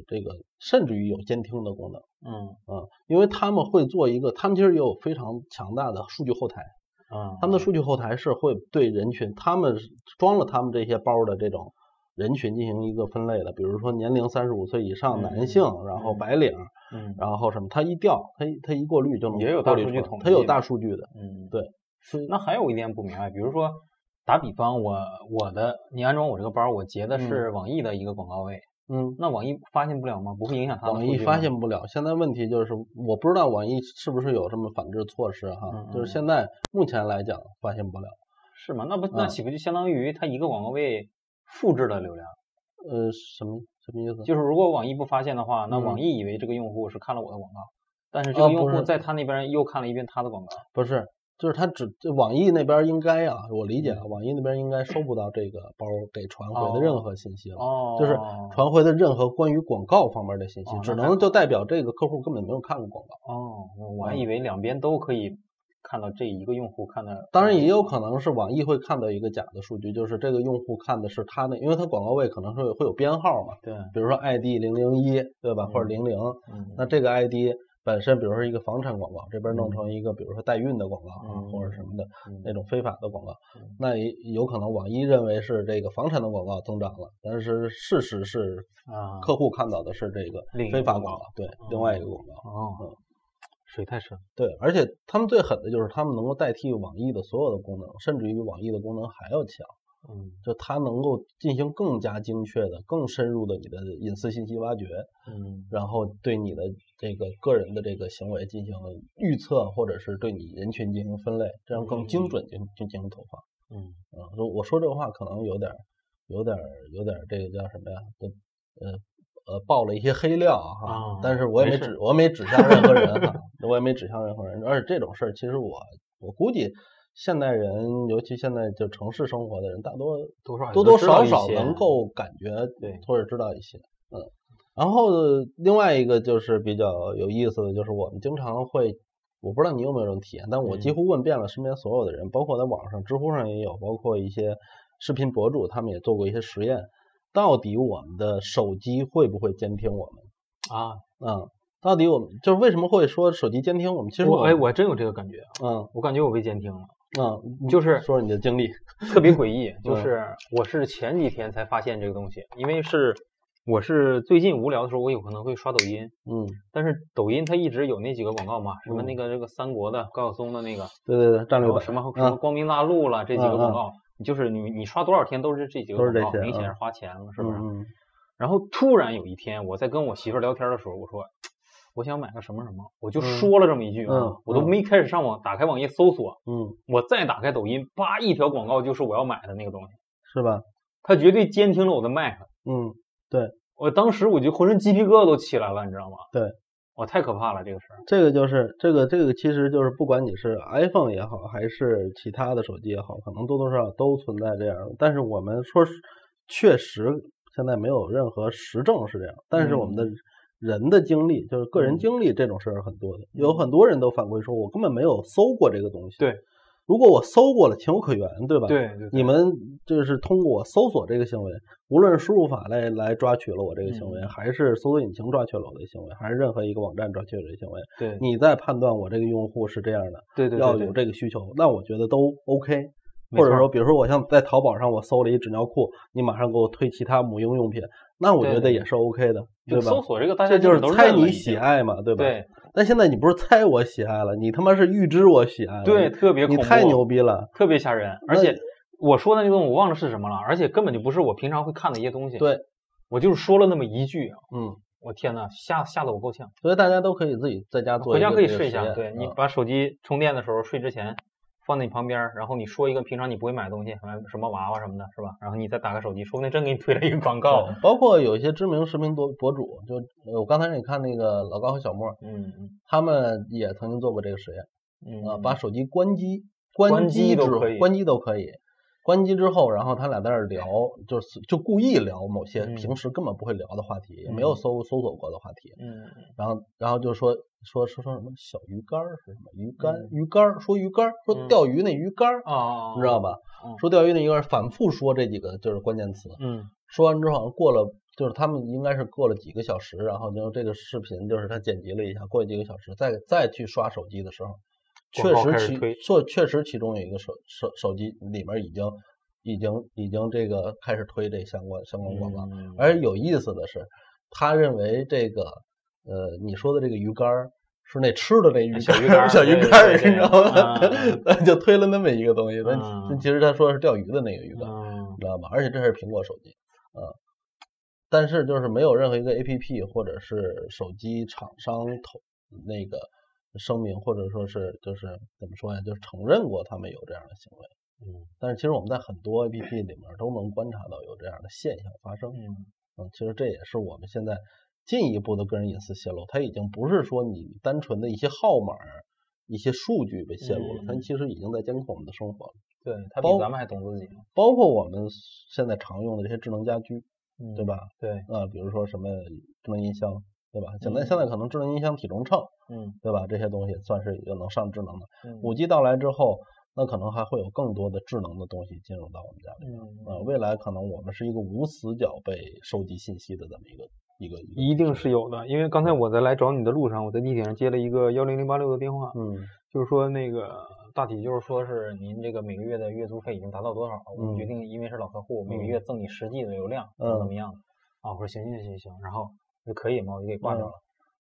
Speaker 1: 这个，甚至于有监听的功能
Speaker 2: 嗯
Speaker 1: 啊、因为他们会做一个，他们其实也有非常强大的数据后台，
Speaker 2: 啊，
Speaker 1: 他们的数据后台是会对人群，他们是装了他们这些包的这种人群进行一个分类的，比如说年龄三十五岁以上
Speaker 2: 嗯
Speaker 1: 男性，
Speaker 2: 嗯
Speaker 1: 然后
Speaker 2: 嗯
Speaker 1: 白领，
Speaker 2: 嗯
Speaker 1: 然后什么，它一调，它一它一过滤就能
Speaker 2: 也有
Speaker 1: 过
Speaker 2: 大
Speaker 1: 滤
Speaker 2: 数据
Speaker 1: 出来
Speaker 2: 统
Speaker 1: 它有
Speaker 2: 计
Speaker 1: 大
Speaker 2: 的
Speaker 1: 数据的，
Speaker 2: 嗯
Speaker 1: 对。
Speaker 2: 那还有一点不明白，比如说打比方，我我的你安装我这个包，我截的是网易的一个广告位，
Speaker 1: 嗯。
Speaker 2: 那网易发现不了吗？不会影响它的
Speaker 1: 网
Speaker 2: 数
Speaker 1: 易
Speaker 2: 据
Speaker 1: 发
Speaker 2: 吗
Speaker 1: 现不了，现在问题就是我不知道网易是不是有什么反制措施哈，
Speaker 2: 嗯
Speaker 1: 就
Speaker 2: 嗯
Speaker 1: 是现在目前来讲发现不了，
Speaker 2: 是吗？那不那
Speaker 1: 嗯
Speaker 2: 岂不就相当于它一个广告位复制了流量？
Speaker 1: 呃，什么什么意思？
Speaker 2: 就是如果网易不发现的话，那
Speaker 1: 嗯
Speaker 2: 网易以为这个用户是看了我的广告，但是这
Speaker 1: 啊
Speaker 2: 个
Speaker 1: 不
Speaker 2: 用
Speaker 1: 是
Speaker 2: 户在他那边又看了一遍他的广告。
Speaker 1: 不是，就是他只这网易那边应该啊，我理解啊，网易那边应该收不到这个包给传回的任何信息了，
Speaker 2: 嗯哦，
Speaker 1: 就是传回的任何关于广告方面的信息，
Speaker 2: 哦
Speaker 1: 只
Speaker 2: 那还
Speaker 1: 能就代表这个客户根本没有看过广告。
Speaker 2: 哦，我我还以为两边都可以看到嗯这一个用户看的。
Speaker 1: 当然也有可能是网易会看到一个假的数据，就是这个用户看的是他的，因为他广告位可能是会有编号嘛，
Speaker 2: 对，
Speaker 1: 比如说 ID 零零一，对吧，或者
Speaker 2: 嗯
Speaker 1: 零零，
Speaker 2: 嗯，
Speaker 1: 那这个 ID 本身，比如说一个房产广告，这边弄
Speaker 2: 嗯
Speaker 1: 成一个，比如说代孕的广告啊，
Speaker 2: 嗯
Speaker 1: 或者什么的
Speaker 2: 嗯
Speaker 1: 那种非法的广告
Speaker 2: 嗯，
Speaker 1: 那也有可能网易认为是这个房产的广告增长了，但是事实是
Speaker 2: 啊，
Speaker 1: 客户看到的是这个
Speaker 2: 另一个
Speaker 1: 非法
Speaker 2: 广
Speaker 1: 广告，对，另
Speaker 2: 嗯
Speaker 1: 外一个广告，
Speaker 2: 哦，水太深。
Speaker 1: 对，而且他们最狠的就是他们能够代替网易的所有的功能，甚至于比网易的功能还要强，
Speaker 2: 嗯
Speaker 1: 就它能够进行更加精确的、更深入的你的隐私信息挖掘，
Speaker 2: 嗯
Speaker 1: 然后对你的这个个人的这个行为进行预测，或者是对你人群进行分类，这样更精准进进进行投放。
Speaker 2: 嗯
Speaker 1: 啊、嗯，我说这话可能有点儿，有点儿，有点儿这个叫什么呀？就呃呃，爆了一些黑料啊哈。
Speaker 2: 啊
Speaker 1: 但是我也没
Speaker 2: 没
Speaker 1: 指
Speaker 2: 事，
Speaker 1: 我没指向任何人哈， <laughs> 我也没指向任何人。而且这种事儿，其实我我估计。现代人，尤其现在就城市生活的人，大多
Speaker 2: 多少
Speaker 1: 多多少少能够感觉
Speaker 2: 对
Speaker 1: 或者知道一些，嗯。然后另外一个就是比较有意思的就是我们经常会，我不知道你有没有这种体验，但我几
Speaker 2: 嗯
Speaker 1: 乎问遍了身边所有的人，包括在网上、知乎上也有，包括一些视频博主，他们也做过一些实验，到底我们的手机会不会监听我们
Speaker 2: 啊。
Speaker 1: 啊？到底我们就是为什么会说手机监听我们？其实
Speaker 2: 我
Speaker 1: 我
Speaker 2: 哎，我真有这个感觉，
Speaker 1: 嗯
Speaker 2: 我感觉我被监听了，
Speaker 1: 嗯，你
Speaker 2: 就是
Speaker 1: 说说你的经历，<laughs>
Speaker 2: 特别诡异。就
Speaker 1: 嗯
Speaker 2: 是我是前几天才发现这个东西，因为是我是最近无聊的时候，我有可能会刷抖音，
Speaker 1: 嗯，
Speaker 2: 但是抖音它一直有那几个广告嘛，什么
Speaker 1: 嗯
Speaker 2: 那个这个三国的高晓松的那个，
Speaker 1: 对对对，战略
Speaker 2: 然后
Speaker 1: 版
Speaker 2: 哦什么什
Speaker 1: 嗯
Speaker 2: 么光明大陆了这几
Speaker 1: 嗯
Speaker 2: 个
Speaker 1: 嗯
Speaker 2: 广告，你就是你你刷多少天都是这几个
Speaker 1: 都是
Speaker 2: 广
Speaker 1: 这
Speaker 2: 告，
Speaker 1: 些
Speaker 2: 明显
Speaker 1: 嗯
Speaker 2: 是花钱了，是不是？
Speaker 1: 嗯
Speaker 2: 然后突然有一天，我在跟我媳妇儿聊天的时候，我说我想买个什么什么，我就
Speaker 1: 嗯
Speaker 2: 说了这么一句啊，
Speaker 1: 嗯
Speaker 2: 我都
Speaker 1: 嗯
Speaker 2: 没开始上网，打开网页搜索，
Speaker 1: 嗯，
Speaker 2: 我再打开抖音，叭一条广告就是我要买的那个东西，
Speaker 1: 是吧？
Speaker 2: 他绝对监听了我的麦克，
Speaker 1: 嗯，
Speaker 2: 我当时我就浑身鸡皮疙瘩都起来了，你知道吗？
Speaker 1: 对，
Speaker 2: 我太可怕了这个事儿。
Speaker 1: 这个就是这个这个，其实就是不管你是 iPhone 也好，还是其他的手机也好，可能多多少少都存在这样的。但是我们说实，确实现在没有任何实证是这样。但是我们的人的经历，就是个人
Speaker 2: 嗯
Speaker 1: 经历这种事儿很多的，有很多人都反馈说，我根本没有搜过这个东西。
Speaker 2: 对，
Speaker 1: 如果我搜过了，情有可原，对吧？。
Speaker 2: 对对，
Speaker 1: 你们就是通过搜索这个行为，无论是输入法来来抓取了我这个行为，
Speaker 2: 嗯
Speaker 1: 还是搜索引擎抓取了我的行为，还是任何一个网站抓取了我的行为，
Speaker 2: 对
Speaker 1: 你在判断我这个用户是这样的，
Speaker 2: 对对
Speaker 1: 要
Speaker 2: 对
Speaker 1: 有
Speaker 2: 对，
Speaker 1: 这个需求，那我觉得都 OK。
Speaker 2: 没错
Speaker 1: 或者说，比如说我像在淘宝上我搜了一纸尿裤，你马上给我推其他母婴用品，那我
Speaker 2: 对
Speaker 1: 觉得
Speaker 2: 对
Speaker 1: 也是 OK 的，对
Speaker 2: 就搜
Speaker 1: 吧？
Speaker 2: 索这个大家
Speaker 1: 这就
Speaker 2: 基
Speaker 1: 是
Speaker 2: 本都
Speaker 1: 猜
Speaker 2: 认了
Speaker 1: 你
Speaker 2: 已经
Speaker 1: 喜，爱嘛，对吧？
Speaker 2: 啊对
Speaker 1: 但现在你不是猜我喜爱了，你他妈是预知我喜爱了，
Speaker 2: 对，特别
Speaker 1: 你
Speaker 2: 恐怖，
Speaker 1: 太牛逼了。
Speaker 2: 特别吓人，而且我说的那个我忘了是什么了，而且根本就不是我平常会看的一些东西。
Speaker 1: 对，
Speaker 2: 我就是说了那么一句，
Speaker 1: 嗯，
Speaker 2: 我天呐，吓吓得我够呛。
Speaker 1: 所以大家都可以自己在家做
Speaker 2: 回
Speaker 1: 一个
Speaker 2: 家
Speaker 1: 这个
Speaker 2: 可以
Speaker 1: 实验，
Speaker 2: 试一下，对你
Speaker 1: 嗯
Speaker 2: 把手机充电的时候，睡之前放在你旁边儿，然后你说一个平常你不会买的东西，什么什么娃娃什么的，是吧？然后你再打开手机，说不定真给你推了一个广告。
Speaker 1: 对包括有一些知名视频博博主，就呃我刚才让你看那个老高和小莫，
Speaker 2: 嗯嗯
Speaker 1: 他们也曾经做过这个实验。
Speaker 2: 嗯
Speaker 1: 呃啊，把手机关机，
Speaker 2: 关
Speaker 1: 机
Speaker 2: 机都
Speaker 1: 之后
Speaker 2: 可以
Speaker 1: 关机都可以。关机之后，然后他俩在那儿聊，就是就故意聊某些
Speaker 2: 嗯
Speaker 1: 平时根本不会聊的话题，也没
Speaker 2: 嗯
Speaker 1: 有搜搜索过的话题。
Speaker 2: 嗯，
Speaker 1: 然后，然后就说说说说什么小鱼干儿是什么鱼干、
Speaker 2: 嗯
Speaker 1: 鱼干儿，说鱼干儿，说
Speaker 2: 嗯
Speaker 1: 钓鱼那鱼干儿，
Speaker 2: 啊，
Speaker 1: 你知道？吧？
Speaker 2: 嗯
Speaker 1: 说钓鱼那鱼干儿，反复说这几个就是关键词。
Speaker 2: 嗯
Speaker 1: 说完之后，好像过了，就是他们应该是过了几个小时，然后就这个视频就是他剪辑了一下，过了几个小时，再再去刷手机的时候，确
Speaker 2: 广告开
Speaker 1: 实
Speaker 2: 始
Speaker 1: 其
Speaker 2: 推
Speaker 1: 说确实其中有一个手手手机里面已经已经已经这个开始推这相关相关广告，哎
Speaker 2: 嗯
Speaker 1: 而有意思的是，他认为这个呃你说的这个鱼竿儿是那吃的那鱼
Speaker 2: 小
Speaker 1: 竿
Speaker 2: 鱼竿
Speaker 1: 儿，
Speaker 2: 儿
Speaker 1: 小鱼
Speaker 2: 对
Speaker 1: 竿儿，
Speaker 2: 对
Speaker 1: 你
Speaker 2: 对
Speaker 1: 知道吗 <laughs>
Speaker 2: 嗯？
Speaker 1: 他就推了那么一个东西，但
Speaker 2: 嗯
Speaker 1: 但其实他说是钓鱼的那个鱼竿儿。
Speaker 2: 嗯
Speaker 1: 你知道吗？而且这是苹果手机，呃，但是就是没有任何一个 APP 或者是手机厂商投那个声明，或者说是就是怎么说呀，就是承认过他们有这样的行为。
Speaker 2: 嗯
Speaker 1: 但是其实我们在很多 APP 里面都能观察到有这样的现象发生。
Speaker 2: 嗯
Speaker 1: 嗯，其实这也是我们现在进一步的个人隐私泄露，它已经不是说你单纯的一些号码儿、一些数据被泄露了，它
Speaker 2: 嗯
Speaker 1: 其实已经在监控我们的生活了，
Speaker 2: 对他比
Speaker 1: 包
Speaker 2: 咱们还懂自己呢，
Speaker 1: 包括我们现在常用的这些智能家居，
Speaker 2: 嗯
Speaker 1: 对吧？？
Speaker 2: 对，
Speaker 1: 啊，比如说什么智能音箱，对吧？现在
Speaker 2: 嗯
Speaker 1: 现在可能智能音箱、体重秤，
Speaker 2: 嗯
Speaker 1: 对吧？这些东西算是也能上智能的。
Speaker 2: 嗯
Speaker 1: 五 G 到来之后，那可能还会有更多的智能的东西进入到我们家里。
Speaker 2: 嗯
Speaker 1: 呃，未来可能我们是一个无死角被收集信息的这么一个一个一个
Speaker 2: 一定是有的，因为刚才我在来找你的路上，我在地铁上接了一个幺零零八六的电话，
Speaker 1: 嗯
Speaker 2: 就是说那个大体就是说是您这个每个月的月租费已经达到多少，我们
Speaker 1: 嗯
Speaker 2: 决定因为是老客户，每个
Speaker 1: 嗯
Speaker 2: 月赠你十 G 的流量，怎么怎么样的啊？我说行行行行，然后我就可以吗？我就给挂掉
Speaker 1: 嗯
Speaker 2: 了。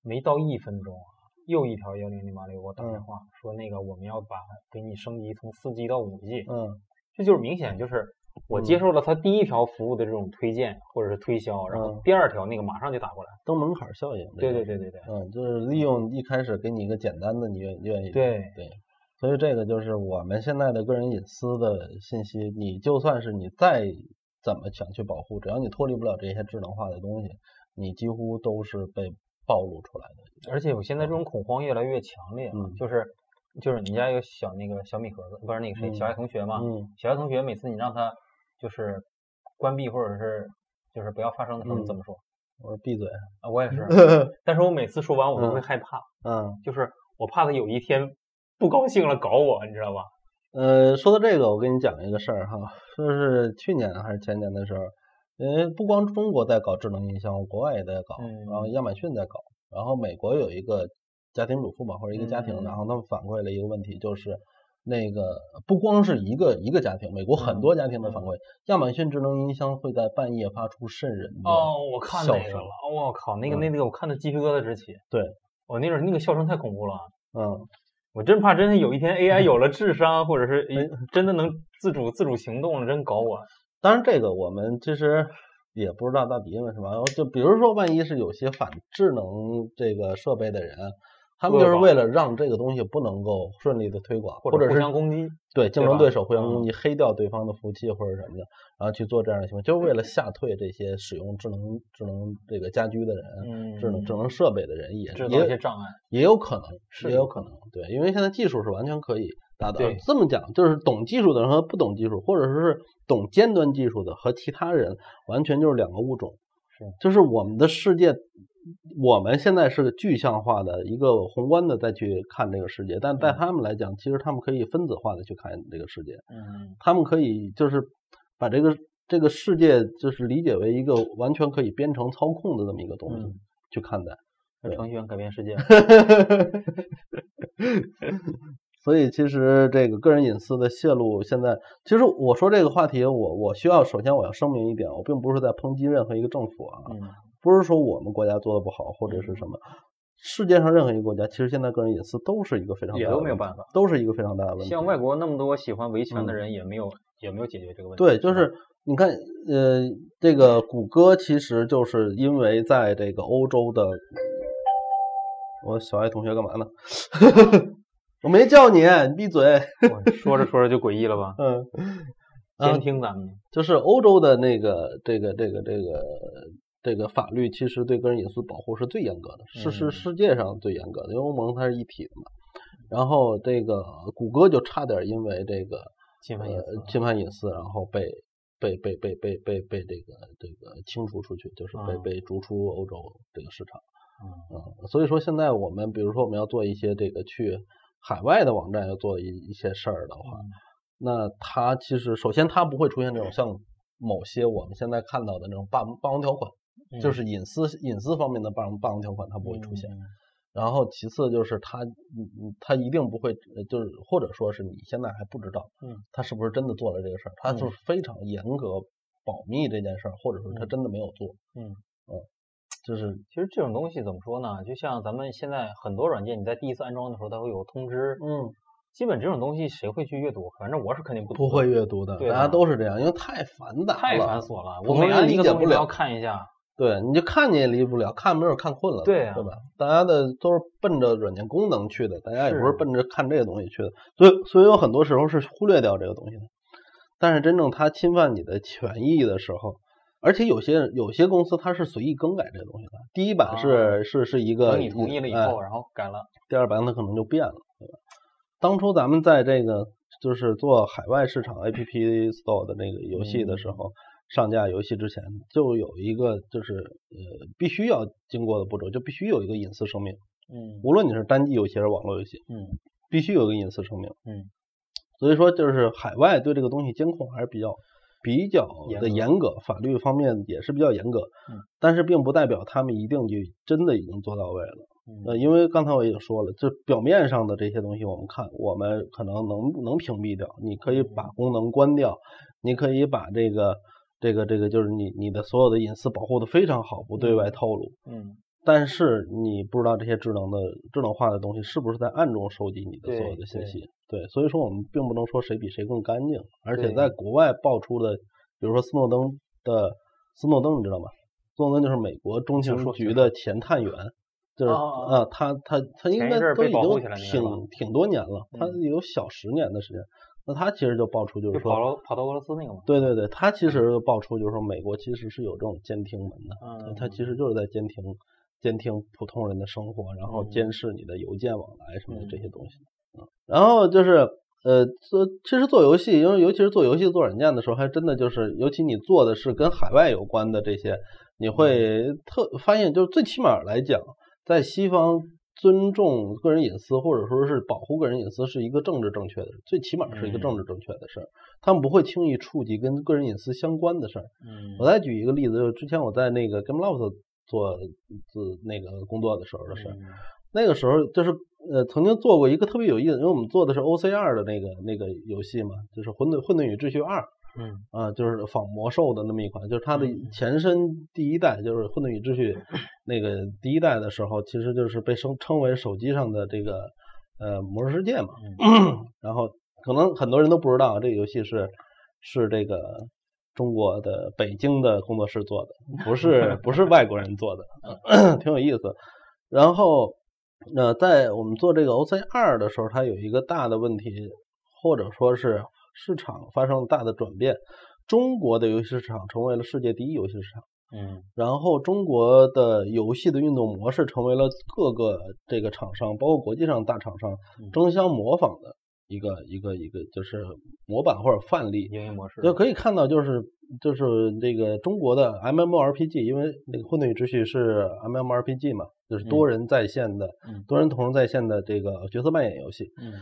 Speaker 2: 没到一分钟啊，又一条幺零零八六给我打电
Speaker 1: 嗯
Speaker 2: 话说那个我们要把给你升级从四 G 到五 G，
Speaker 1: 嗯
Speaker 2: 这就是明显就是我接
Speaker 1: 嗯
Speaker 2: 受了他第一条服务的这种推荐或者是推销，然后
Speaker 1: 嗯
Speaker 2: 第二条那个马上就打过来。
Speaker 1: 登门槛效应。
Speaker 2: 对对。对对对
Speaker 1: 嗯，就是利用一开始给你一个简单的，你愿愿意
Speaker 2: 对
Speaker 1: 对，所以这个就是我们现在的个人隐私的信息，你就算是你再怎么想去保护，只要你脱离不了这些智能化的东西，你几乎都是被暴露出来的。
Speaker 2: 而且我现在这种恐慌越来越强烈了，啊
Speaker 1: 嗯
Speaker 2: 就是就是你家有小那个小米盒子，不是那个谁、
Speaker 1: 嗯
Speaker 2: 小爱同学嘛？
Speaker 1: 嗯
Speaker 2: 小爱同学每次你让他就是关闭或者是就是不要发声的时候，你怎
Speaker 1: 嗯
Speaker 2: 么说？
Speaker 1: 我说闭嘴。
Speaker 2: 啊，我也是，但是我每次说完我都会害怕，
Speaker 1: 嗯，
Speaker 2: 就是我怕他有一天不高兴了搞我，你知道吧？
Speaker 1: 呃，说到这个，我跟你讲一个事儿哈，就是去年还是前年的时候，呃，不光中国在搞智能音箱，国外也在搞，
Speaker 2: 嗯
Speaker 1: 然后亚马逊在搞，然后美国有一个家庭主妇嘛，或者一个家庭，
Speaker 2: 嗯
Speaker 1: 然后他们反馈了一个问题，就是那个不光是一个一个家庭，美国
Speaker 2: 嗯
Speaker 1: 很多家庭的反馈，亚马逊智能音箱会在半夜发出瘆人的，
Speaker 2: 哦，我看
Speaker 1: 笑
Speaker 2: 那个
Speaker 1: 声
Speaker 2: 了，哦我、靠，那个
Speaker 1: 嗯
Speaker 2: 那个我看的鸡皮疙瘩直起。
Speaker 1: 对，
Speaker 2: 我、那种那个笑声太恐怖了。啊
Speaker 1: 嗯，
Speaker 2: 我真怕，真是有一天 AI 有了智商，或者是一真的能自主自主行动了，真搞我。
Speaker 1: 当然这个我们其实。也不知道到底因为什么，然后就比如说，万一是有些反智能这个设备的人，他们就是
Speaker 2: 恶搞
Speaker 1: 为了让这个东西不能够顺利的推广，
Speaker 2: 或者
Speaker 1: 是
Speaker 2: 互相攻击。
Speaker 1: 对竞争
Speaker 2: 对吧嗯
Speaker 1: 对手互相攻击，黑掉对方的服务器或者什么的，然后去做这样的行为，就是
Speaker 2: 嗯
Speaker 1: 为了吓退这些使用智能智能这个家居的人，
Speaker 2: 嗯，
Speaker 1: 智能智能设备的人，也
Speaker 2: 制造一些
Speaker 1: 也
Speaker 2: 障碍。
Speaker 1: 也有可能，
Speaker 2: 是
Speaker 1: 也
Speaker 2: 有
Speaker 1: 有可能，对，因为现在技术是完全可以达到
Speaker 2: 对。
Speaker 1: 这么讲，就是懂技术的人和不懂技术，或者说是懂尖端技术的和其他人，完全就是两个物种。
Speaker 2: 是
Speaker 1: 就是我们的世界，我们现在是个具象化的一个宏观的再去看这个世界，但在
Speaker 2: 嗯
Speaker 1: 他们来讲，其实他们可以分子化的去看这个世界，
Speaker 2: 嗯
Speaker 1: 他们可以就是把这个这个世界就是理解为一个完全可以编程操控的这么一个东西、
Speaker 2: 嗯，
Speaker 1: 去看待。对
Speaker 2: 程序员改变 <laughs> 世界。
Speaker 1: 所以其实这个个人隐私的泄露，现在其实我说这个话题，我我需要首先我要声明一点，我并不是在抨击任何一个政府啊，
Speaker 2: 嗯，
Speaker 1: 不是说我们国家做的不好或者是什么。世界上任何一个国家，其实现在个人隐私都是一个非常
Speaker 2: 也
Speaker 1: 大的
Speaker 2: 都没有
Speaker 1: 问题
Speaker 2: 办法，
Speaker 1: 都是一个非常大的问题。
Speaker 2: 像外国那么多喜欢维权的
Speaker 1: 嗯
Speaker 2: 人，也没有、也没有解决这个问题。
Speaker 1: 对，就
Speaker 2: 吧
Speaker 1: 是你看，呃，这个谷歌其实就是因为在这个欧洲的，我小爱同学干嘛呢？ <laughs> 我没叫你，你闭嘴。？
Speaker 2: 哇 <laughs> 说着说着就诡异了吧 <laughs>
Speaker 1: 嗯，
Speaker 2: 监
Speaker 1: 啊
Speaker 2: 听咱们。
Speaker 1: 就是欧洲的那个这个这个这个这个法律，其实对个人隐私保护是最严格的，是是
Speaker 2: 嗯
Speaker 1: 世界上最严格的，因为欧盟它是一体的嘛。然后这个谷歌就差点因为这个
Speaker 2: 侵犯隐私
Speaker 1: 呃，侵犯隐私，然后被被被被被被被这个这个清除出去，就是被
Speaker 2: 啊
Speaker 1: 被逐出欧洲这个市场。
Speaker 2: 嗯
Speaker 1: 嗯，所以说现在我们比如说我们要做一些这个去海外的网站要做一一些事儿的话，
Speaker 2: 嗯
Speaker 1: 那它其实首先它不会出现这种像某些我们现在看到的那种霸霸王条款，
Speaker 2: 嗯
Speaker 1: 就是隐私隐私方面的霸王霸王条款它不会出现。
Speaker 2: 嗯
Speaker 1: 然后其次就是它，嗯嗯，它一定不会，呃就是或者说是你现在还不知道，
Speaker 2: 嗯，
Speaker 1: 他是不是真的做了这个事儿，他
Speaker 2: 嗯
Speaker 1: 就是非常严格保密这件事儿，或者说他
Speaker 2: 嗯
Speaker 1: 真的没有做，
Speaker 2: 嗯，
Speaker 1: 就是
Speaker 2: 其实这种东西怎么说呢？就像咱们现在很多软件，你在第一次安装的时候，它会有通知。
Speaker 1: 嗯，
Speaker 2: 基本这种东西谁会去阅读？反正我是肯定不
Speaker 1: 不
Speaker 2: 读的
Speaker 1: 会，阅读的，
Speaker 2: 对
Speaker 1: 大家
Speaker 2: 的
Speaker 1: 都是这样，因为太繁杂了，
Speaker 2: 太繁琐了。
Speaker 1: 普
Speaker 2: 我
Speaker 1: 通
Speaker 2: 每
Speaker 1: 人
Speaker 2: 按一
Speaker 1: 理
Speaker 2: 个
Speaker 1: 解
Speaker 2: 东
Speaker 1: 不
Speaker 2: 西都要
Speaker 1: 了。
Speaker 2: 看一下。
Speaker 1: 对，你就看你也理不了，看没准看困了，
Speaker 2: 对啊
Speaker 1: 对吧？大家的都是奔着软件功能去的，大家也不是
Speaker 2: 是
Speaker 1: 奔着看这个东西去的，所以所以有很多时候是忽略掉这个东西的。但是真正它侵犯你的权益的时候，而且有些有些公司它是随意更改这个东西的，第一版是、
Speaker 2: 啊
Speaker 1: 是是一个
Speaker 2: 等你同意了以
Speaker 1: 哎
Speaker 2: 后，然后改了。
Speaker 1: 第二版它可能就变了，对吧？当初咱们在这个就是做海外市场 APP Store 的那个游戏的时
Speaker 2: 嗯
Speaker 1: 候，上架游戏之前就有一个就是呃必须要经过的步骤，就必须有一个隐私声明，
Speaker 2: 嗯
Speaker 1: 无论你是单机游戏还是网络游戏，
Speaker 2: 嗯
Speaker 1: 必须有一个隐私声明。
Speaker 2: 嗯，
Speaker 1: 所以说就是海外对这个东西监控还是比较比较的
Speaker 2: 严
Speaker 1: 严格，法律方面也是比较严格，
Speaker 2: 嗯
Speaker 1: 但是并不代表他们一定就真的已经做到位了。
Speaker 2: 嗯
Speaker 1: 呃，因为刚才我也说了，这表面上的这些东西，我们看，我们可能能能屏蔽掉，你可以把
Speaker 2: 嗯
Speaker 1: 功能关掉，你可以把这个这个这个，就是你你的所有的隐私保护的非常好，不对外
Speaker 2: 嗯
Speaker 1: 透露。
Speaker 2: 嗯，
Speaker 1: 但是你不知道这些智能的智能化的东西是不是在暗中收集你的所有
Speaker 2: 对
Speaker 1: 的信
Speaker 2: 对
Speaker 1: 息？对，所以说我们并不能说谁比谁更干净，而且
Speaker 2: 对
Speaker 1: 在国外爆出的，比如说斯诺登的斯诺登，你知道吗？斯诺登就是美国中
Speaker 2: 听
Speaker 1: 情
Speaker 2: 说
Speaker 1: 局
Speaker 2: 听
Speaker 1: 的前探员，就是
Speaker 2: 哦哦哦
Speaker 1: 啊，他他他应
Speaker 2: 前一
Speaker 1: 该
Speaker 2: 阵儿
Speaker 1: 都
Speaker 2: 被
Speaker 1: 已
Speaker 2: 保
Speaker 1: 经
Speaker 2: 护起来那个是吧
Speaker 1: 挺挺多年了，他
Speaker 2: 嗯
Speaker 1: 有小十年的时间。那他其实就爆出就
Speaker 2: 就是跑
Speaker 1: 说，
Speaker 2: 到跑到俄罗斯那个嘛。
Speaker 1: 对对对，他其实就爆出就是说美国其实是有这种监听门的。
Speaker 2: 嗯，
Speaker 1: 它其实就是在监听监听普通人的生活，然后
Speaker 2: 嗯
Speaker 1: 监视你的邮件往来什么的这些
Speaker 2: 嗯
Speaker 1: 东西。嗯，然后就是呃，做其实做游戏，因为尤其是做游戏做软件的时候，还真的就是，尤其你做的是跟海外有关的这些，你
Speaker 2: 嗯
Speaker 1: 会特发现，就是最起码来讲，在西方。尊重个人隐私，或者说是保护个人隐私，是一个政治正确的，最起码是一个政
Speaker 2: 嗯
Speaker 1: 治正确的事儿。他们不会轻易触及跟个人隐私相关的事儿。
Speaker 2: 嗯，
Speaker 1: 我再举一个例子，就是之前我在那个 GameLoft 做做那个工作的时候的事儿。
Speaker 2: 嗯
Speaker 1: 那个时候就是呃，曾经做过一个特别有意思，因为我们做的是 OCR 的那个那个游戏嘛，就是《混沌混沌与秩序二》
Speaker 2: 嗯
Speaker 1: 啊、就是仿魔兽的那么一款，就是它的
Speaker 2: 嗯
Speaker 1: 前身第一代，就是《混沌与秩
Speaker 2: <laughs>
Speaker 1: 序》那个第一代的时候，其实就是被称称为手机上的这个呃《魔兽世界》嘛。
Speaker 2: 嗯
Speaker 1: 然后可能很多人都不知道这个游戏是是这个中国的北京的工作室做的，不
Speaker 2: <laughs>
Speaker 1: 是不是外国人做的，
Speaker 2: 嗯
Speaker 1: <laughs> 挺有意思。然后呃，在我们做这个 OC 二的时候，它有一个大的问题，或者说是市场发生了大的转变，中国的游戏市场成为了世界第一游戏市场。
Speaker 2: 嗯
Speaker 1: 然后中国的游戏的运动模式成为了各个这个厂商，包括国际上大厂商
Speaker 2: 嗯
Speaker 1: 争相模仿的一个一个一个就是模板或者范例。
Speaker 2: 营运模式
Speaker 1: 就可以看到，就是就是这个中国的 MMORPG，因为那个《混沌与秩序》是 MMORPG 嘛，就是多人在线的、
Speaker 2: 嗯
Speaker 1: 多人同时在线的这个角色扮演游戏。
Speaker 2: 嗯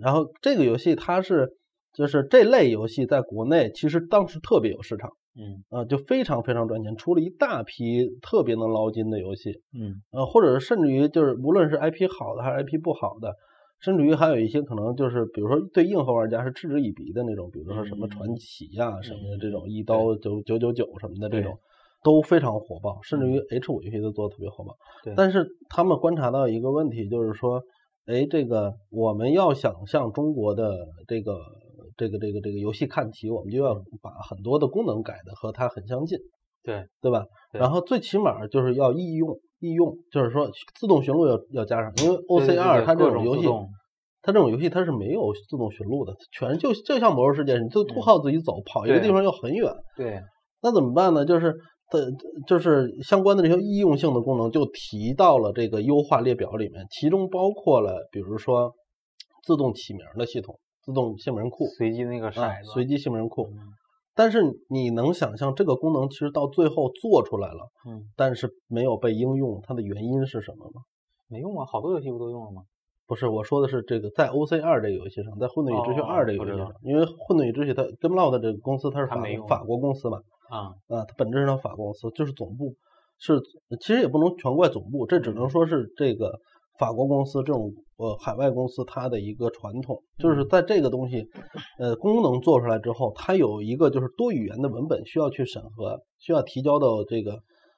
Speaker 1: 然后这个游戏它是就是这类游戏在国内其实当时特别有市场。
Speaker 2: 嗯
Speaker 1: 啊，就非常非常赚钱，出了一大批特别能捞金的游戏，
Speaker 2: 嗯
Speaker 1: 呃，或者是甚至于就是无论是 IP 好的还是 IP 不好的，甚至于还有一些可能就是比如说对硬核玩家是嗤之以鼻的那种，比如说什么
Speaker 2: 嗯
Speaker 1: 传奇呀、什么的这种
Speaker 2: 嗯
Speaker 1: 一刀九九九九什么的这
Speaker 2: 对嗯
Speaker 1: 种。都非常火爆，甚至于 H 五游戏都做的特别火爆。
Speaker 2: 对
Speaker 1: 但是他们观察到一个问题，就是说，哎，这个我们要想向中国的这个这个这个这个游戏看齐，我们就要
Speaker 2: 嗯
Speaker 1: 把很多的功能改的和它很相近，
Speaker 2: 对
Speaker 1: 对吧？
Speaker 2: 对
Speaker 1: 然后最起码就是要易用，易用就是说自动寻路要要加上，因为 O
Speaker 2: 对
Speaker 1: C
Speaker 2: 对对
Speaker 1: 二它这
Speaker 2: 各
Speaker 1: 种
Speaker 2: 种
Speaker 1: 游
Speaker 2: 自
Speaker 1: 戏
Speaker 2: 动，
Speaker 1: 它这种游戏它是没有自动寻路的，全就就像魔兽世界，你就都靠自己走，跑一个
Speaker 2: 嗯对
Speaker 1: 地方又很远，
Speaker 2: 对
Speaker 1: 那怎么办呢？就是它就是相关的这些易用性的功能就提到了这个优化列表里面，其中包括了比如说自动起名的系统，自动姓名库，
Speaker 2: 随机那个
Speaker 1: 啊
Speaker 2: 骰，子，
Speaker 1: 随机姓名库。
Speaker 2: 嗯
Speaker 1: 但是你能想象这个功能其实到最后做出来了，
Speaker 2: 嗯，
Speaker 1: 但是没有被应用，它的原因是什么吗？
Speaker 2: 没用啊，好多游戏不都用了吗？
Speaker 1: 不是，我说的是这个在 OC 二这个游戏上，在《混沌与秩序
Speaker 2: 哦
Speaker 1: 二》这个游
Speaker 2: 我知
Speaker 1: 戏
Speaker 2: 道
Speaker 1: 上，因为《混沌与秩序》它 Gameloft 这个公司它是
Speaker 2: 它
Speaker 1: 法
Speaker 2: 没用
Speaker 1: 法国公司嘛，
Speaker 2: 啊，
Speaker 1: 啊，它本质上法公司就是总部是，呃其实也不能全怪总部，这只能说是这个法国公司这种呃海外公司它的一个传统，就是
Speaker 2: 嗯
Speaker 1: 在这个东西呃功能做出来之后，它有一个就是多语言的文本需要去审核，需要提交到这个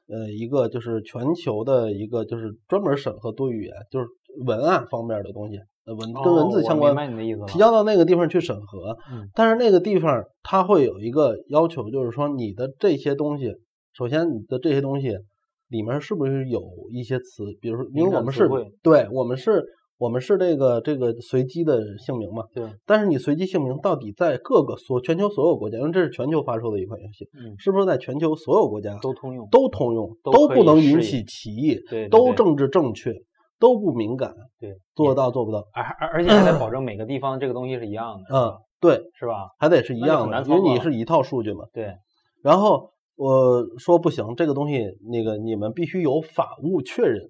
Speaker 1: 呃一个就是全球的一个就是专门审核多语言，就是文案方面的东西，呃文跟文
Speaker 2: 哦
Speaker 1: 字
Speaker 2: 我
Speaker 1: 相关
Speaker 2: 明白你的意思了
Speaker 1: 提交到那个地方去审核。
Speaker 2: 嗯
Speaker 1: 但是那个地方它会有一个要求，就是说你的这些东西，首先你的这些东西里面是不是有一些词，比如说，因
Speaker 2: 敏
Speaker 1: 为
Speaker 2: 感
Speaker 1: 我们
Speaker 2: 词
Speaker 1: 是
Speaker 2: 汇
Speaker 1: 对，我们是。我们是这个这个随机的姓名嘛，
Speaker 2: 对，
Speaker 1: 但是你随机姓名到底在各个所全球所有国家，因为这是全球发售的一款游戏，
Speaker 2: 嗯，
Speaker 1: 是不是在全球所有国家
Speaker 2: 都通用，
Speaker 1: 都通用，
Speaker 2: 都
Speaker 1: 都
Speaker 2: 可
Speaker 1: 不
Speaker 2: 以
Speaker 1: 能
Speaker 2: 适
Speaker 1: 引
Speaker 2: 应
Speaker 1: 起歧义，
Speaker 2: 对，对
Speaker 1: 都
Speaker 2: 对
Speaker 1: 政治正确，都不敏感，
Speaker 2: 对，
Speaker 1: 做
Speaker 2: 也，
Speaker 1: 到做不到？
Speaker 2: 而而而且还得保证每个地方这个东西是一样的，
Speaker 1: 嗯
Speaker 2: 是吧，
Speaker 1: 对，
Speaker 2: 是吧？
Speaker 1: 还得是一
Speaker 2: 那就
Speaker 1: 样
Speaker 2: 很
Speaker 1: 的，
Speaker 2: 难
Speaker 1: 因为
Speaker 2: 操作
Speaker 1: 你
Speaker 2: 了
Speaker 1: 是一套数据嘛。
Speaker 2: 对，
Speaker 1: 然后我说不行，这个东西那个你们必须有法务确
Speaker 2: <laughs>
Speaker 1: 认，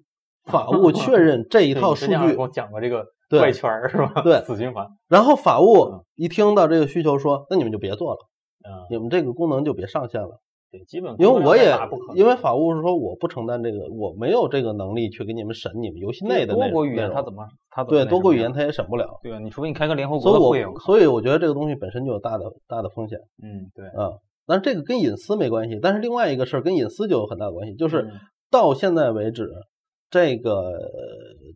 Speaker 1: 法务确认这一
Speaker 2: 对
Speaker 1: 套
Speaker 2: 你
Speaker 1: 数
Speaker 2: 之前好像
Speaker 1: 据
Speaker 2: 跟。我讲过这个
Speaker 1: 对
Speaker 2: 怪圈儿是吧？
Speaker 1: 对
Speaker 2: 死循环，
Speaker 1: 然后法务
Speaker 2: 嗯
Speaker 1: 一听到这个需求说，那你们就别做了，
Speaker 2: 嗯，
Speaker 1: 你们这个功能就别上线了，
Speaker 2: 对，基本
Speaker 1: 因为我
Speaker 2: 工作量
Speaker 1: 也
Speaker 2: 太大不可能
Speaker 1: 因为法务是说我不承担这个，我没有这个能力去给你们审你们游戏内的
Speaker 2: 多
Speaker 1: 内
Speaker 2: 国
Speaker 1: 容。
Speaker 2: 语言
Speaker 1: 内
Speaker 2: 它
Speaker 1: 容
Speaker 2: 怎么它怎么
Speaker 1: 对
Speaker 2: 那
Speaker 1: 多
Speaker 2: 什
Speaker 1: 国
Speaker 2: 么
Speaker 1: 语
Speaker 2: 呀
Speaker 1: 言它也审不了，
Speaker 2: 对啊，你除非你开个联合国
Speaker 1: 所
Speaker 2: 的
Speaker 1: 以
Speaker 2: 会
Speaker 1: 我
Speaker 2: 有，
Speaker 1: 所以我觉得这个东西本身就有大的大的风险
Speaker 2: 嗯，对，
Speaker 1: 啊。但是这个跟隐私没关系，但是另外一个事儿跟隐私就有很大关系，就
Speaker 2: 就是
Speaker 1: 到现在为止，这个呃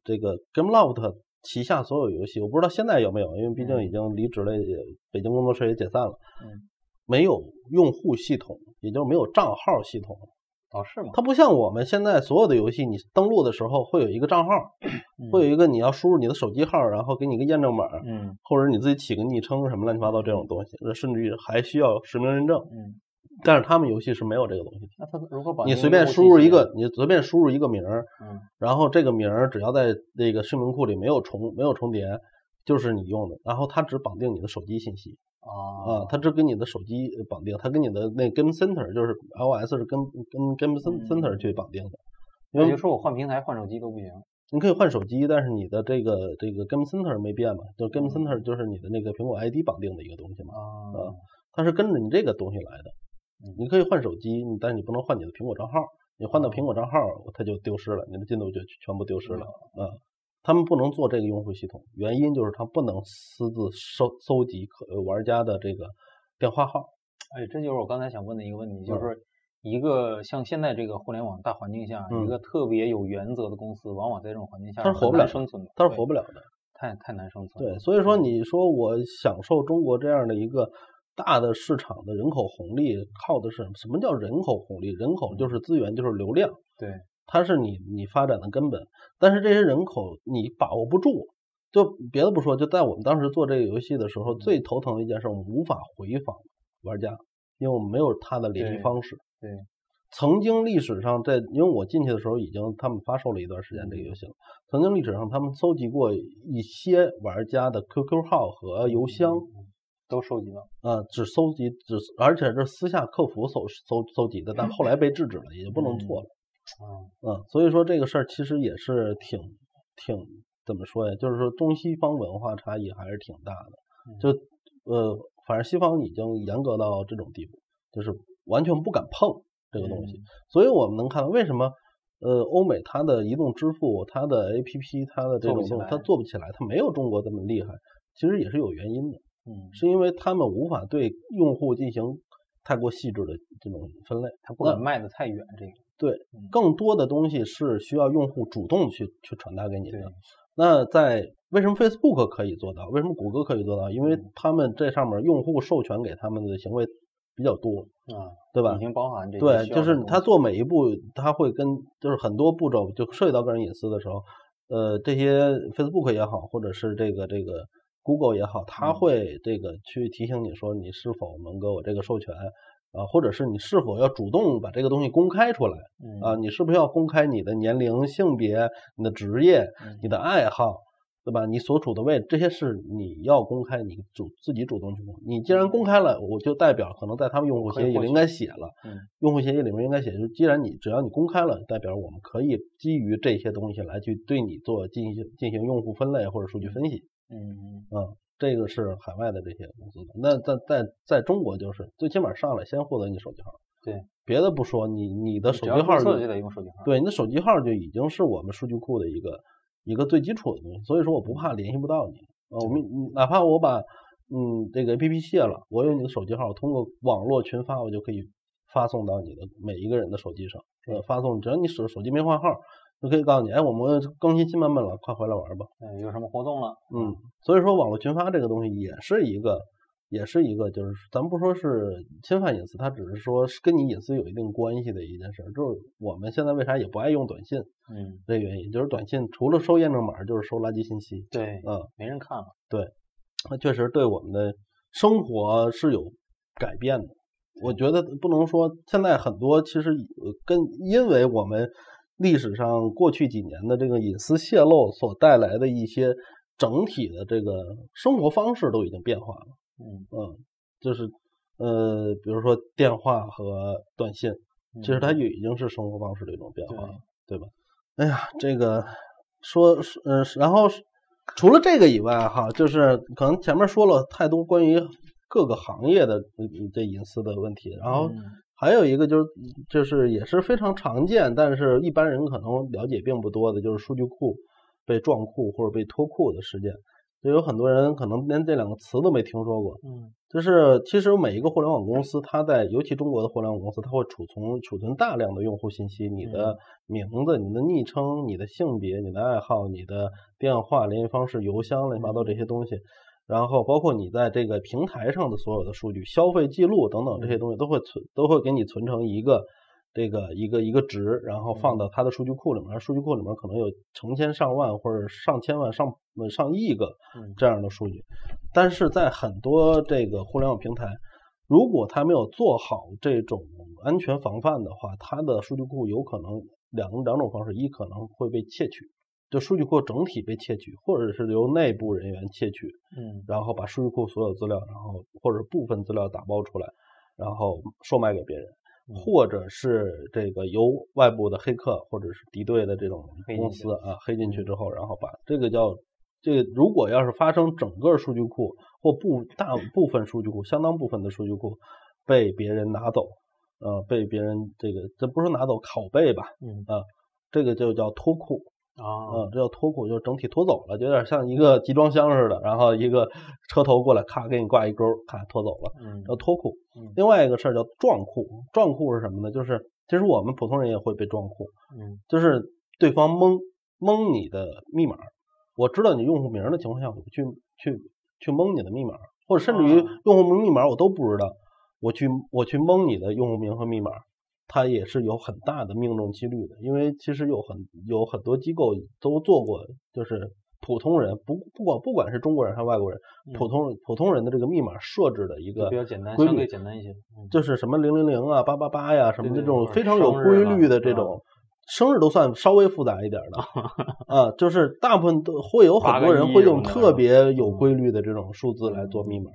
Speaker 1: 这个 GameLoft 旗下所有游戏，我不知道现在有没有，因为毕竟已经离职了，也北京工作室也解散了，
Speaker 2: 嗯，
Speaker 1: 没有用户系统，也就是没有账号系统。
Speaker 2: 哦是吗？
Speaker 1: 它不像我们现在所有的游戏，你登录的时候会有一个账号，会有一个你要输入你的手机号，然后给你一个验证码，
Speaker 2: 嗯
Speaker 1: 或者你自己起个昵称什么乱七八糟这种东西，呃甚至于还需要实名认证。
Speaker 2: 嗯，
Speaker 1: 但是他们游戏是没有这个东西的。
Speaker 2: 那它如何保
Speaker 1: 你
Speaker 2: 证
Speaker 1: 随
Speaker 2: 用
Speaker 1: 便
Speaker 2: 户
Speaker 1: 输
Speaker 2: 信
Speaker 1: 入
Speaker 2: 息
Speaker 1: 一
Speaker 2: 呢
Speaker 1: 个，你随便输入一个名儿，
Speaker 2: 嗯，
Speaker 1: 然后这个名儿只要在那个姓名库里没有重没有重叠，就是你用的。然后它只绑定你的手机信息啊
Speaker 2: 啊，
Speaker 1: 它只跟你的手机呃绑定，它跟你的那 Game Center 就是 iOS 是跟跟 Game Cen-
Speaker 2: 嗯
Speaker 1: Center 去绑定的。因
Speaker 2: 也
Speaker 1: 为
Speaker 2: 就说我换平台换手机都不行，
Speaker 1: 你可以换手机，但是你的这个这个 Game Center 没变嘛，就 Game Center 就是你的那个苹果 ID 绑定的一个东西嘛，
Speaker 2: 啊，
Speaker 1: 它是跟着你这个东西来的
Speaker 2: 嗯。
Speaker 1: 你可以换手机，你但你不能换你的苹果账号，你换到苹果账号它就丢失了，你的进度就全部丢失了。嗯他们不能做这个用户系统，原因就是他不能私自收搜集可呃玩家的这个电话号。
Speaker 2: 哎，这就是我刚才想问的一个问题，就
Speaker 1: 嗯
Speaker 2: 是说一个像现在这个互联网大环境下，
Speaker 1: 嗯
Speaker 2: 一个特别有原则的公司，往往在这种环境下
Speaker 1: 它是
Speaker 2: 很
Speaker 1: 活不
Speaker 2: 难
Speaker 1: 了的
Speaker 2: 生存的，
Speaker 1: 它是
Speaker 2: 对嗯
Speaker 1: 活不了的，
Speaker 2: 太太难生存了。
Speaker 1: 对，所以说你说我享受中国这样的一个大的市场的人口红利，靠的是什么什么叫人口红利？人口就是资源，就是流量，
Speaker 2: 对，
Speaker 1: 它是你你发展的根本。但是这些人口你把握不住，就别的不说，就在我们当时做这个游戏的时候，
Speaker 2: 嗯
Speaker 1: 最头疼的一件事，我们无法回访玩家，因为我们没有他的联系
Speaker 2: 对
Speaker 1: 方式。
Speaker 2: 对
Speaker 1: 曾经历史上在，因为我进去的时候已经他们发售了一段时间这个
Speaker 2: 嗯
Speaker 1: 游戏了。曾经历史上，他们搜集过一些玩家的 QQ 号和邮箱，
Speaker 2: 嗯都收集到，
Speaker 1: 啊，只搜集只，而且这是私下客服搜搜搜集的，但后来被制止了，也就不能做了。
Speaker 2: 嗯，
Speaker 1: 嗯，所以说这个事儿其实也是挺挺怎么说呀？就是说中西方文化差异还是挺大的。
Speaker 2: 嗯
Speaker 1: 就呃，反正西方已经严格到这种地步，就是完全不敢碰这个东西。
Speaker 2: 嗯
Speaker 1: 所以我们能看到为什么呃，欧美它的移动支付、它的 APP、它的这
Speaker 2: 做
Speaker 1: 种东
Speaker 2: 不起
Speaker 1: 西它
Speaker 2: 来
Speaker 1: 做不起来，它没有中国这么厉害，其实也是有原因的，
Speaker 2: 嗯，
Speaker 1: 是因为他们无法对用户进行太过细致的这种分类。
Speaker 2: 它不敢卖的太远，这个嗯
Speaker 1: 更多的东西是需要用户主动去去传达给你
Speaker 2: 对
Speaker 1: 的。那在为什么 Facebook 可以做到？为什么谷歌可以做到？因为
Speaker 2: 嗯
Speaker 1: 他们这上面用户授权给他们的行为比较多，
Speaker 2: 啊，
Speaker 1: 对吧
Speaker 2: 已？经包含这些
Speaker 1: 对，
Speaker 2: 需
Speaker 1: 就
Speaker 2: 要的
Speaker 1: 是
Speaker 2: 东
Speaker 1: 他
Speaker 2: 西
Speaker 1: 做每一步，他会跟就是很多步骤就涉及到个人隐私的时候，呃，这些 Facebook 也好，或者是这个这个 Google 也好，他
Speaker 2: 嗯
Speaker 1: 会这个去提醒你说你是否能给我这个授权啊，或者是你是否要主动把这个东西公开出来。
Speaker 2: 嗯
Speaker 1: 啊，你是不是要公开你的年龄、性别、你的职业、
Speaker 2: 嗯
Speaker 1: 你的爱好对吧？你所处的位置，这些是你要公开，你主自己主动去公开。你既然公开了，我就代表可能在他们用户
Speaker 2: 可
Speaker 1: 协
Speaker 2: 以
Speaker 1: 议
Speaker 2: 获
Speaker 1: 里应该写了，
Speaker 2: 嗯
Speaker 1: 用户协议里面应该写，就是既然你只要你公开了，代表我们可以基于这些东西来去对你做进行进行用户分类或者数据分析。
Speaker 2: 嗯，
Speaker 1: 这个是海外的这些公司的。那在在在中国就是最起码上来先获得你手机号，
Speaker 2: 对，
Speaker 1: 别的不说，你你的手
Speaker 2: 只
Speaker 1: 机
Speaker 2: 要
Speaker 1: 号
Speaker 2: 注
Speaker 1: 就
Speaker 2: 册就得用手机号。
Speaker 1: 对，你的手机号就已经是我们数据库的一个一个最基础的东西，所以说我不怕联系不到你。呃，我们哪怕我把嗯这个 A P P 卸了，我有你的手机号，通过网络群发，我就可以发送到你的每一个人的手机上。呃，发送只要你手手机没换号，就可以告诉你，哎，我们更新新版本了，快回来玩吧。
Speaker 2: 嗯，有什么活动了？
Speaker 1: 嗯，所以说网络群发这个东西也是一个，也是一个，就是咱不说是侵犯隐私，它只是说是跟你隐私有一定关系的一件事儿。就是我们现在为啥也不爱用短信
Speaker 2: 嗯，
Speaker 1: 这原因，就是短信除了收验证码，就是收垃圾信息。
Speaker 2: 对，
Speaker 1: 嗯，
Speaker 2: 没人看了。
Speaker 1: 它确实对我们的生活是有改变的。我觉得不能说现在很多其实呃跟因为我们历史上过去几年的这个隐私泄露所带来的一些整体的这个生活方式都已经变化了。
Speaker 2: 嗯，
Speaker 1: 嗯，就是呃，比如说电话和短信，
Speaker 2: 嗯
Speaker 1: 其实它也已经是生活方式的一种变化
Speaker 2: 对
Speaker 1: 了，对吧？哎呀，这个说是呃，然后是除了这个以外哈，就是可能前面说了太多关于各个行业的呃这隐私的问题，然后
Speaker 2: 嗯
Speaker 1: 还有一个就是就是也是非常常见，但是一般人可能了解并不多的，就是数据库被撞库或者被脱库的事件。就有很多人可能连这两个词都没听说过，
Speaker 2: 嗯
Speaker 1: 就是其实每一个互联网公司，它在尤其中国的互联网公司，它会储存储存大量的用户信息，你的名字、你的昵称、你的性别、你的爱好、你的电话、联系方式、邮箱、乱七八糟这些东西，然后包括你在这个平台上的所有的数据、消费记录等等这些东西，都会存都会给你存成一个。这个一个一个值，然后放到它的数据库里面，而数据库里面可能有成千上万或者上千万、上呃上亿个
Speaker 2: 嗯
Speaker 1: 这样的数据。但是在很多这个互联网平台，如果它没有做好这种安全防范的话，它的数据库有可能两两种方式，一可能会被窃取，就数据库整体被窃取，或者是由内部人员窃取，
Speaker 2: 嗯
Speaker 1: 然后把数据库所有资料，然后或者部分资料打包出来，然后售卖给别人。
Speaker 2: 嗯
Speaker 1: 或者是这个由外部的黑客或者是敌对的这种
Speaker 2: 黑进
Speaker 1: 公
Speaker 2: 去嗯
Speaker 1: 司啊黑进去之后，然后把这个叫这个如果要是发生整个数据库或部大
Speaker 2: 嗯
Speaker 1: 部分数据库相当部分的数据库被别人拿走，呃，被别人这个这不是拿走拷贝吧，
Speaker 2: 嗯
Speaker 1: 这个就叫脱库，
Speaker 2: 啊
Speaker 1: 嗯，这叫脱库，就是整体拖走了，就有点像一个集装箱似的，然后一个车头过来，咔给你挂一钩，咔拖走了，
Speaker 2: 嗯
Speaker 1: 叫脱库。
Speaker 2: 嗯
Speaker 1: 另外一个事儿叫撞库，撞库是什么呢？就是其实我们普通人也会被撞库，
Speaker 2: 嗯
Speaker 1: 就是对方蒙蒙你的密码，我知道你用户名的情况下，我去去去蒙你的密码，或者甚至于
Speaker 2: 啊
Speaker 1: 用户名密码我都不知道，我去我去蒙你的用户名和密码，它也是有很大的命中几率的，因为其实有很有很多机构都做过，就是普通人不不管不管是中国人还是外国人，
Speaker 2: 嗯
Speaker 1: 普通普通人的这个密码设置的一
Speaker 2: 就
Speaker 1: 个
Speaker 2: 比较简单，
Speaker 1: 规
Speaker 2: 相
Speaker 1: 律
Speaker 2: 对简单一些。嗯
Speaker 1: 就是什么零零零啊、八八八呀，什么
Speaker 2: 对
Speaker 1: 这
Speaker 2: 对
Speaker 1: 种
Speaker 2: 或者
Speaker 1: 非常有
Speaker 2: 生
Speaker 1: 规
Speaker 2: 日
Speaker 1: 律
Speaker 2: 啊
Speaker 1: 的这种，生日都算稍微复杂一点的
Speaker 2: <laughs>
Speaker 1: 啊，就是大部分都会有很
Speaker 2: 八
Speaker 1: 多
Speaker 2: 个
Speaker 1: 人
Speaker 2: 一
Speaker 1: 会
Speaker 2: 什
Speaker 1: 用
Speaker 2: 么的
Speaker 1: 特别有
Speaker 2: 嗯
Speaker 1: 规律的这种数字来做密码，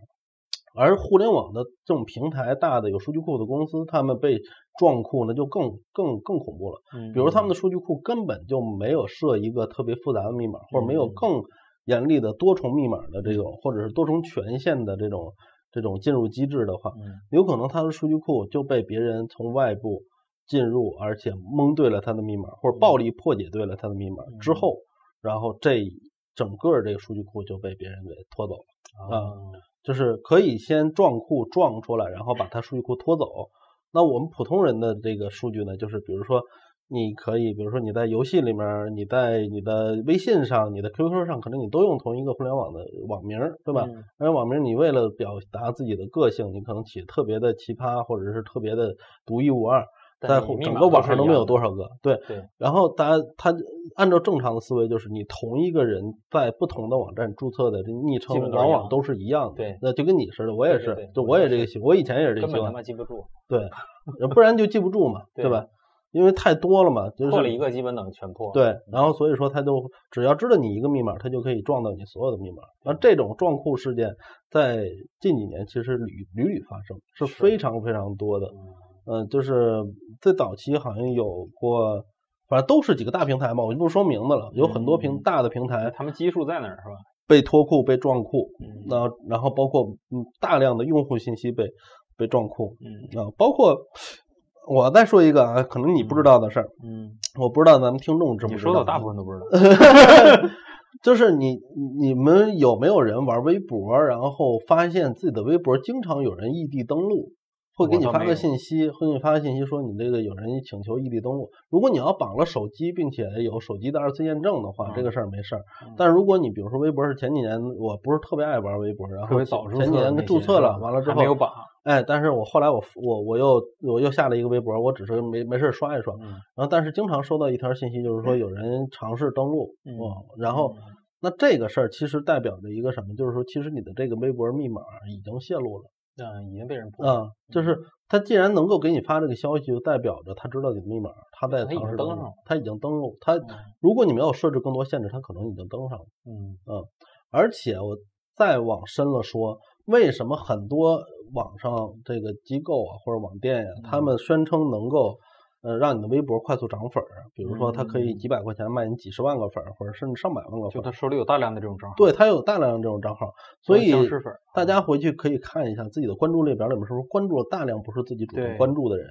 Speaker 1: 而互联网的这种平台大的有数据库的公司，他们被撞库呢就更更更恐怖了。
Speaker 2: 嗯
Speaker 1: 比如他们的数据库根本就没有设一个特别复杂的密码，或者没有
Speaker 2: 嗯
Speaker 1: 更严厉的多重密码的这种，或者是多重权限的这种这种进入机制的话，
Speaker 2: 嗯
Speaker 1: 有可能他的数据库就被别人从外部进入，而且蒙对了他的密码，或者暴力破解对了他的密码之
Speaker 2: 嗯
Speaker 1: 后，然后这整个这个数据库就被别人给拖走了。
Speaker 2: 啊
Speaker 1: 就是可以先撞库撞出来，然后把它数据库拖走。那我们普通人的这个数据呢，就是比如说，你可以，比如说你在游戏里面，你在你的微信上、你的 QQ 上，可能你都用同一个互联网的网名儿，对吧？
Speaker 2: 嗯
Speaker 1: 而网名你为了表达自己的个性，你可能起特别的奇葩，或者是特别的独一无二，在
Speaker 2: 但你
Speaker 1: 后
Speaker 2: 密
Speaker 1: 整
Speaker 2: 码
Speaker 1: 个
Speaker 2: 都
Speaker 1: 网
Speaker 2: 是
Speaker 1: 上
Speaker 2: 一
Speaker 1: 都没有
Speaker 2: 样的
Speaker 1: 多少个。对，
Speaker 2: 对，
Speaker 1: 然后大家他按照正常的思维，就是你同一个人在不同的网站注册的这昵
Speaker 2: 基
Speaker 1: 称，
Speaker 2: 本都是
Speaker 1: 往
Speaker 2: 一
Speaker 1: 往
Speaker 2: 样
Speaker 1: 都是一样的。
Speaker 2: 对
Speaker 1: 那就跟你似的，我也
Speaker 2: 对对
Speaker 1: 是
Speaker 2: 对，
Speaker 1: 就
Speaker 2: 我
Speaker 1: 我也
Speaker 2: 也
Speaker 1: 这个
Speaker 2: 是
Speaker 1: 习，我以前也是这个
Speaker 2: 根
Speaker 1: 习
Speaker 2: 本他
Speaker 1: 惯，
Speaker 2: 妈记不住。
Speaker 1: 对，不然就记不住嘛，
Speaker 2: 对
Speaker 1: 对吧？因为太多了嘛，就是
Speaker 2: 破了一个基本等于全破。
Speaker 1: 对，然后所以说他就只要知道你一个密码，他就可以撞到你所有的密码。那这种撞库事件在近几年其实屡屡屡发生，是
Speaker 2: 是
Speaker 1: 非常非常多的。嗯，就是最早期好像有过，反正都是几个大平台嘛，我就不说名字了，有很多
Speaker 2: 嗯嗯
Speaker 1: 平
Speaker 2: 嗯
Speaker 1: 大的平台
Speaker 2: 他们基数在哪儿是吧？
Speaker 1: 被脱库、被撞库，
Speaker 2: 嗯
Speaker 1: 那然后包括嗯大量的用户信息被被撞库
Speaker 2: 嗯
Speaker 1: 啊，包括我再说一个啊，可能你不知道的事儿，
Speaker 2: 嗯，
Speaker 1: 我不知道咱们听众知不
Speaker 2: 你
Speaker 1: 知
Speaker 2: 说
Speaker 1: 道
Speaker 2: 的
Speaker 1: 啊。
Speaker 2: 我大部分都不知道。
Speaker 1: 就是你你们有没有人玩微博，然后发现自己的微博经常有人异地登录，会给
Speaker 2: 我
Speaker 1: 你
Speaker 2: 倒
Speaker 1: 发
Speaker 2: 没
Speaker 1: 个
Speaker 2: 有
Speaker 1: 信息，会给你发个信息说你这个有人请求异地登录。如果你要绑了手机，并且有手机的二次验证的话，这
Speaker 2: 嗯
Speaker 1: 个事儿没事儿
Speaker 2: 嗯。
Speaker 1: 但如果你比如说微博是前几年我不是特别爱玩微博，然
Speaker 2: 特
Speaker 1: 后
Speaker 2: 别早注册
Speaker 1: 前几
Speaker 2: 的
Speaker 1: 年
Speaker 2: 那
Speaker 1: 注
Speaker 2: 些
Speaker 1: 册
Speaker 2: 是
Speaker 1: 了，
Speaker 2: 吧
Speaker 1: 完了之
Speaker 2: 还
Speaker 1: 后
Speaker 2: 没有榜。
Speaker 1: 哎，但是我后来我我我又我又下了一个微博，我只是没没事儿刷一刷，
Speaker 2: 嗯
Speaker 1: 然后但是经常收到一条信息，就是说有人尝试登录，
Speaker 2: 嗯
Speaker 1: 哦然后那这个事儿其实代表着一个什么？就是说，其实你的这个微博密码啊已经泄露了
Speaker 2: 嗯，已经被人破了，
Speaker 1: 啊、就是
Speaker 2: 嗯
Speaker 1: 他既然能够给你发这个消息，就代表着他知道你的密码，他在
Speaker 2: 他已
Speaker 1: 尝
Speaker 2: 经
Speaker 1: 试
Speaker 2: 登
Speaker 1: 登
Speaker 2: 上
Speaker 1: 录
Speaker 2: 了，
Speaker 1: 他已经登录，他如果你没有设置更多限制，他可能已经登上了。
Speaker 2: 嗯
Speaker 1: 而且我再往深了说，为什么很多网上这个机构啊或者网店呀、
Speaker 2: 嗯
Speaker 1: 他们宣称能够呃让你的微博快速涨粉儿，啊比如说他可以
Speaker 2: 嗯
Speaker 1: 几百块钱卖你几十万个粉儿，或者甚至上百万个粉
Speaker 2: 就
Speaker 1: 儿。
Speaker 2: 他手里有大量的这种账号，
Speaker 1: 对，它有大量这种账号，所以
Speaker 2: 僵尸粉儿，嗯
Speaker 1: 大家回去可以看一下自己的关注列表里面是不是关注了大量不是自己主动
Speaker 2: 对
Speaker 1: 关注的人，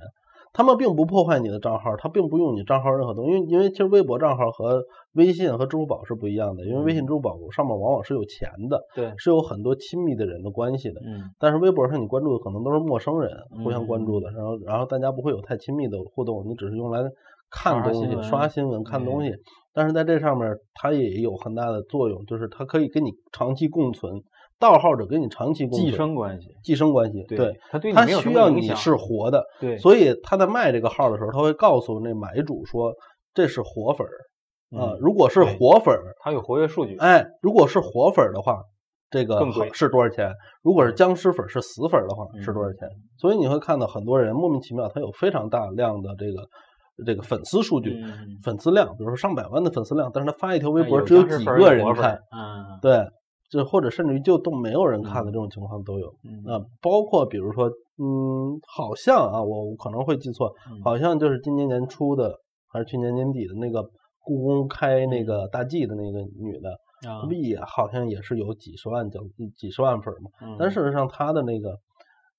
Speaker 1: 他们并不破坏你的账号，他并不用你账号任何东西，因为因为其实微博账号和微信和支付宝是不一样的，因为微信、
Speaker 2: 嗯
Speaker 1: 支付宝上面往往是有钱的，
Speaker 2: 对，
Speaker 1: 是有很多亲密的人的关系的。
Speaker 2: 嗯
Speaker 1: 但是微博上你关注的可能都是陌生人，互相
Speaker 2: 嗯
Speaker 1: 关注的，然后然后大家不会有太亲密的互动，你只是用来看
Speaker 2: 刷
Speaker 1: 东
Speaker 2: 新
Speaker 1: 西、
Speaker 2: 闻
Speaker 1: 刷新闻、看东西。但是在这上面，它也有很大的作用，就是它可以跟你长期共存，盗号者跟你长期共存
Speaker 2: 寄生关系，
Speaker 1: 寄生关系，
Speaker 2: 对，他对你
Speaker 1: 它
Speaker 2: 没有什
Speaker 1: 需
Speaker 2: 么
Speaker 1: 要
Speaker 2: 影
Speaker 1: 你
Speaker 2: 响
Speaker 1: 是活的，
Speaker 2: 对，
Speaker 1: 所以他在卖这个号的时候，他会告诉那买主说这是活粉儿啊、
Speaker 2: 嗯
Speaker 1: 如果是
Speaker 2: 对
Speaker 1: 活粉儿，
Speaker 2: 他有活跃数据，
Speaker 1: 哎，如果是活粉儿的话，这个
Speaker 2: 更
Speaker 1: 好
Speaker 2: 贵
Speaker 1: 是多少钱？如果是僵尸粉儿是死粉儿的话，是多少
Speaker 2: 嗯
Speaker 1: 钱？所以你会看到很多人莫名其妙，他有非常大量的这个这个粉丝数据、
Speaker 2: 嗯，
Speaker 1: 粉丝量，比如说上百万的粉丝量，但是他发一条微
Speaker 2: 哎
Speaker 1: 博只有
Speaker 2: 僵尸
Speaker 1: 几
Speaker 2: 粉儿
Speaker 1: 个
Speaker 2: 有
Speaker 1: 人
Speaker 2: 活粉
Speaker 1: 看
Speaker 2: 儿，，嗯
Speaker 1: 对，就或者甚至于就都没有人看的这种情况都有。
Speaker 2: 嗯
Speaker 1: 啊，包括比如说，嗯，好像啊，我可能会记错，
Speaker 2: 嗯
Speaker 1: 好像就是今年年初的，还是去年年底的那个故宫
Speaker 2: 嗯
Speaker 1: 开那个大 G 的那个女的，
Speaker 2: 啊
Speaker 1: 不、也好像也是有几十万将几十万粉儿嘛？
Speaker 2: 嗯
Speaker 1: 但事实上，她的那个，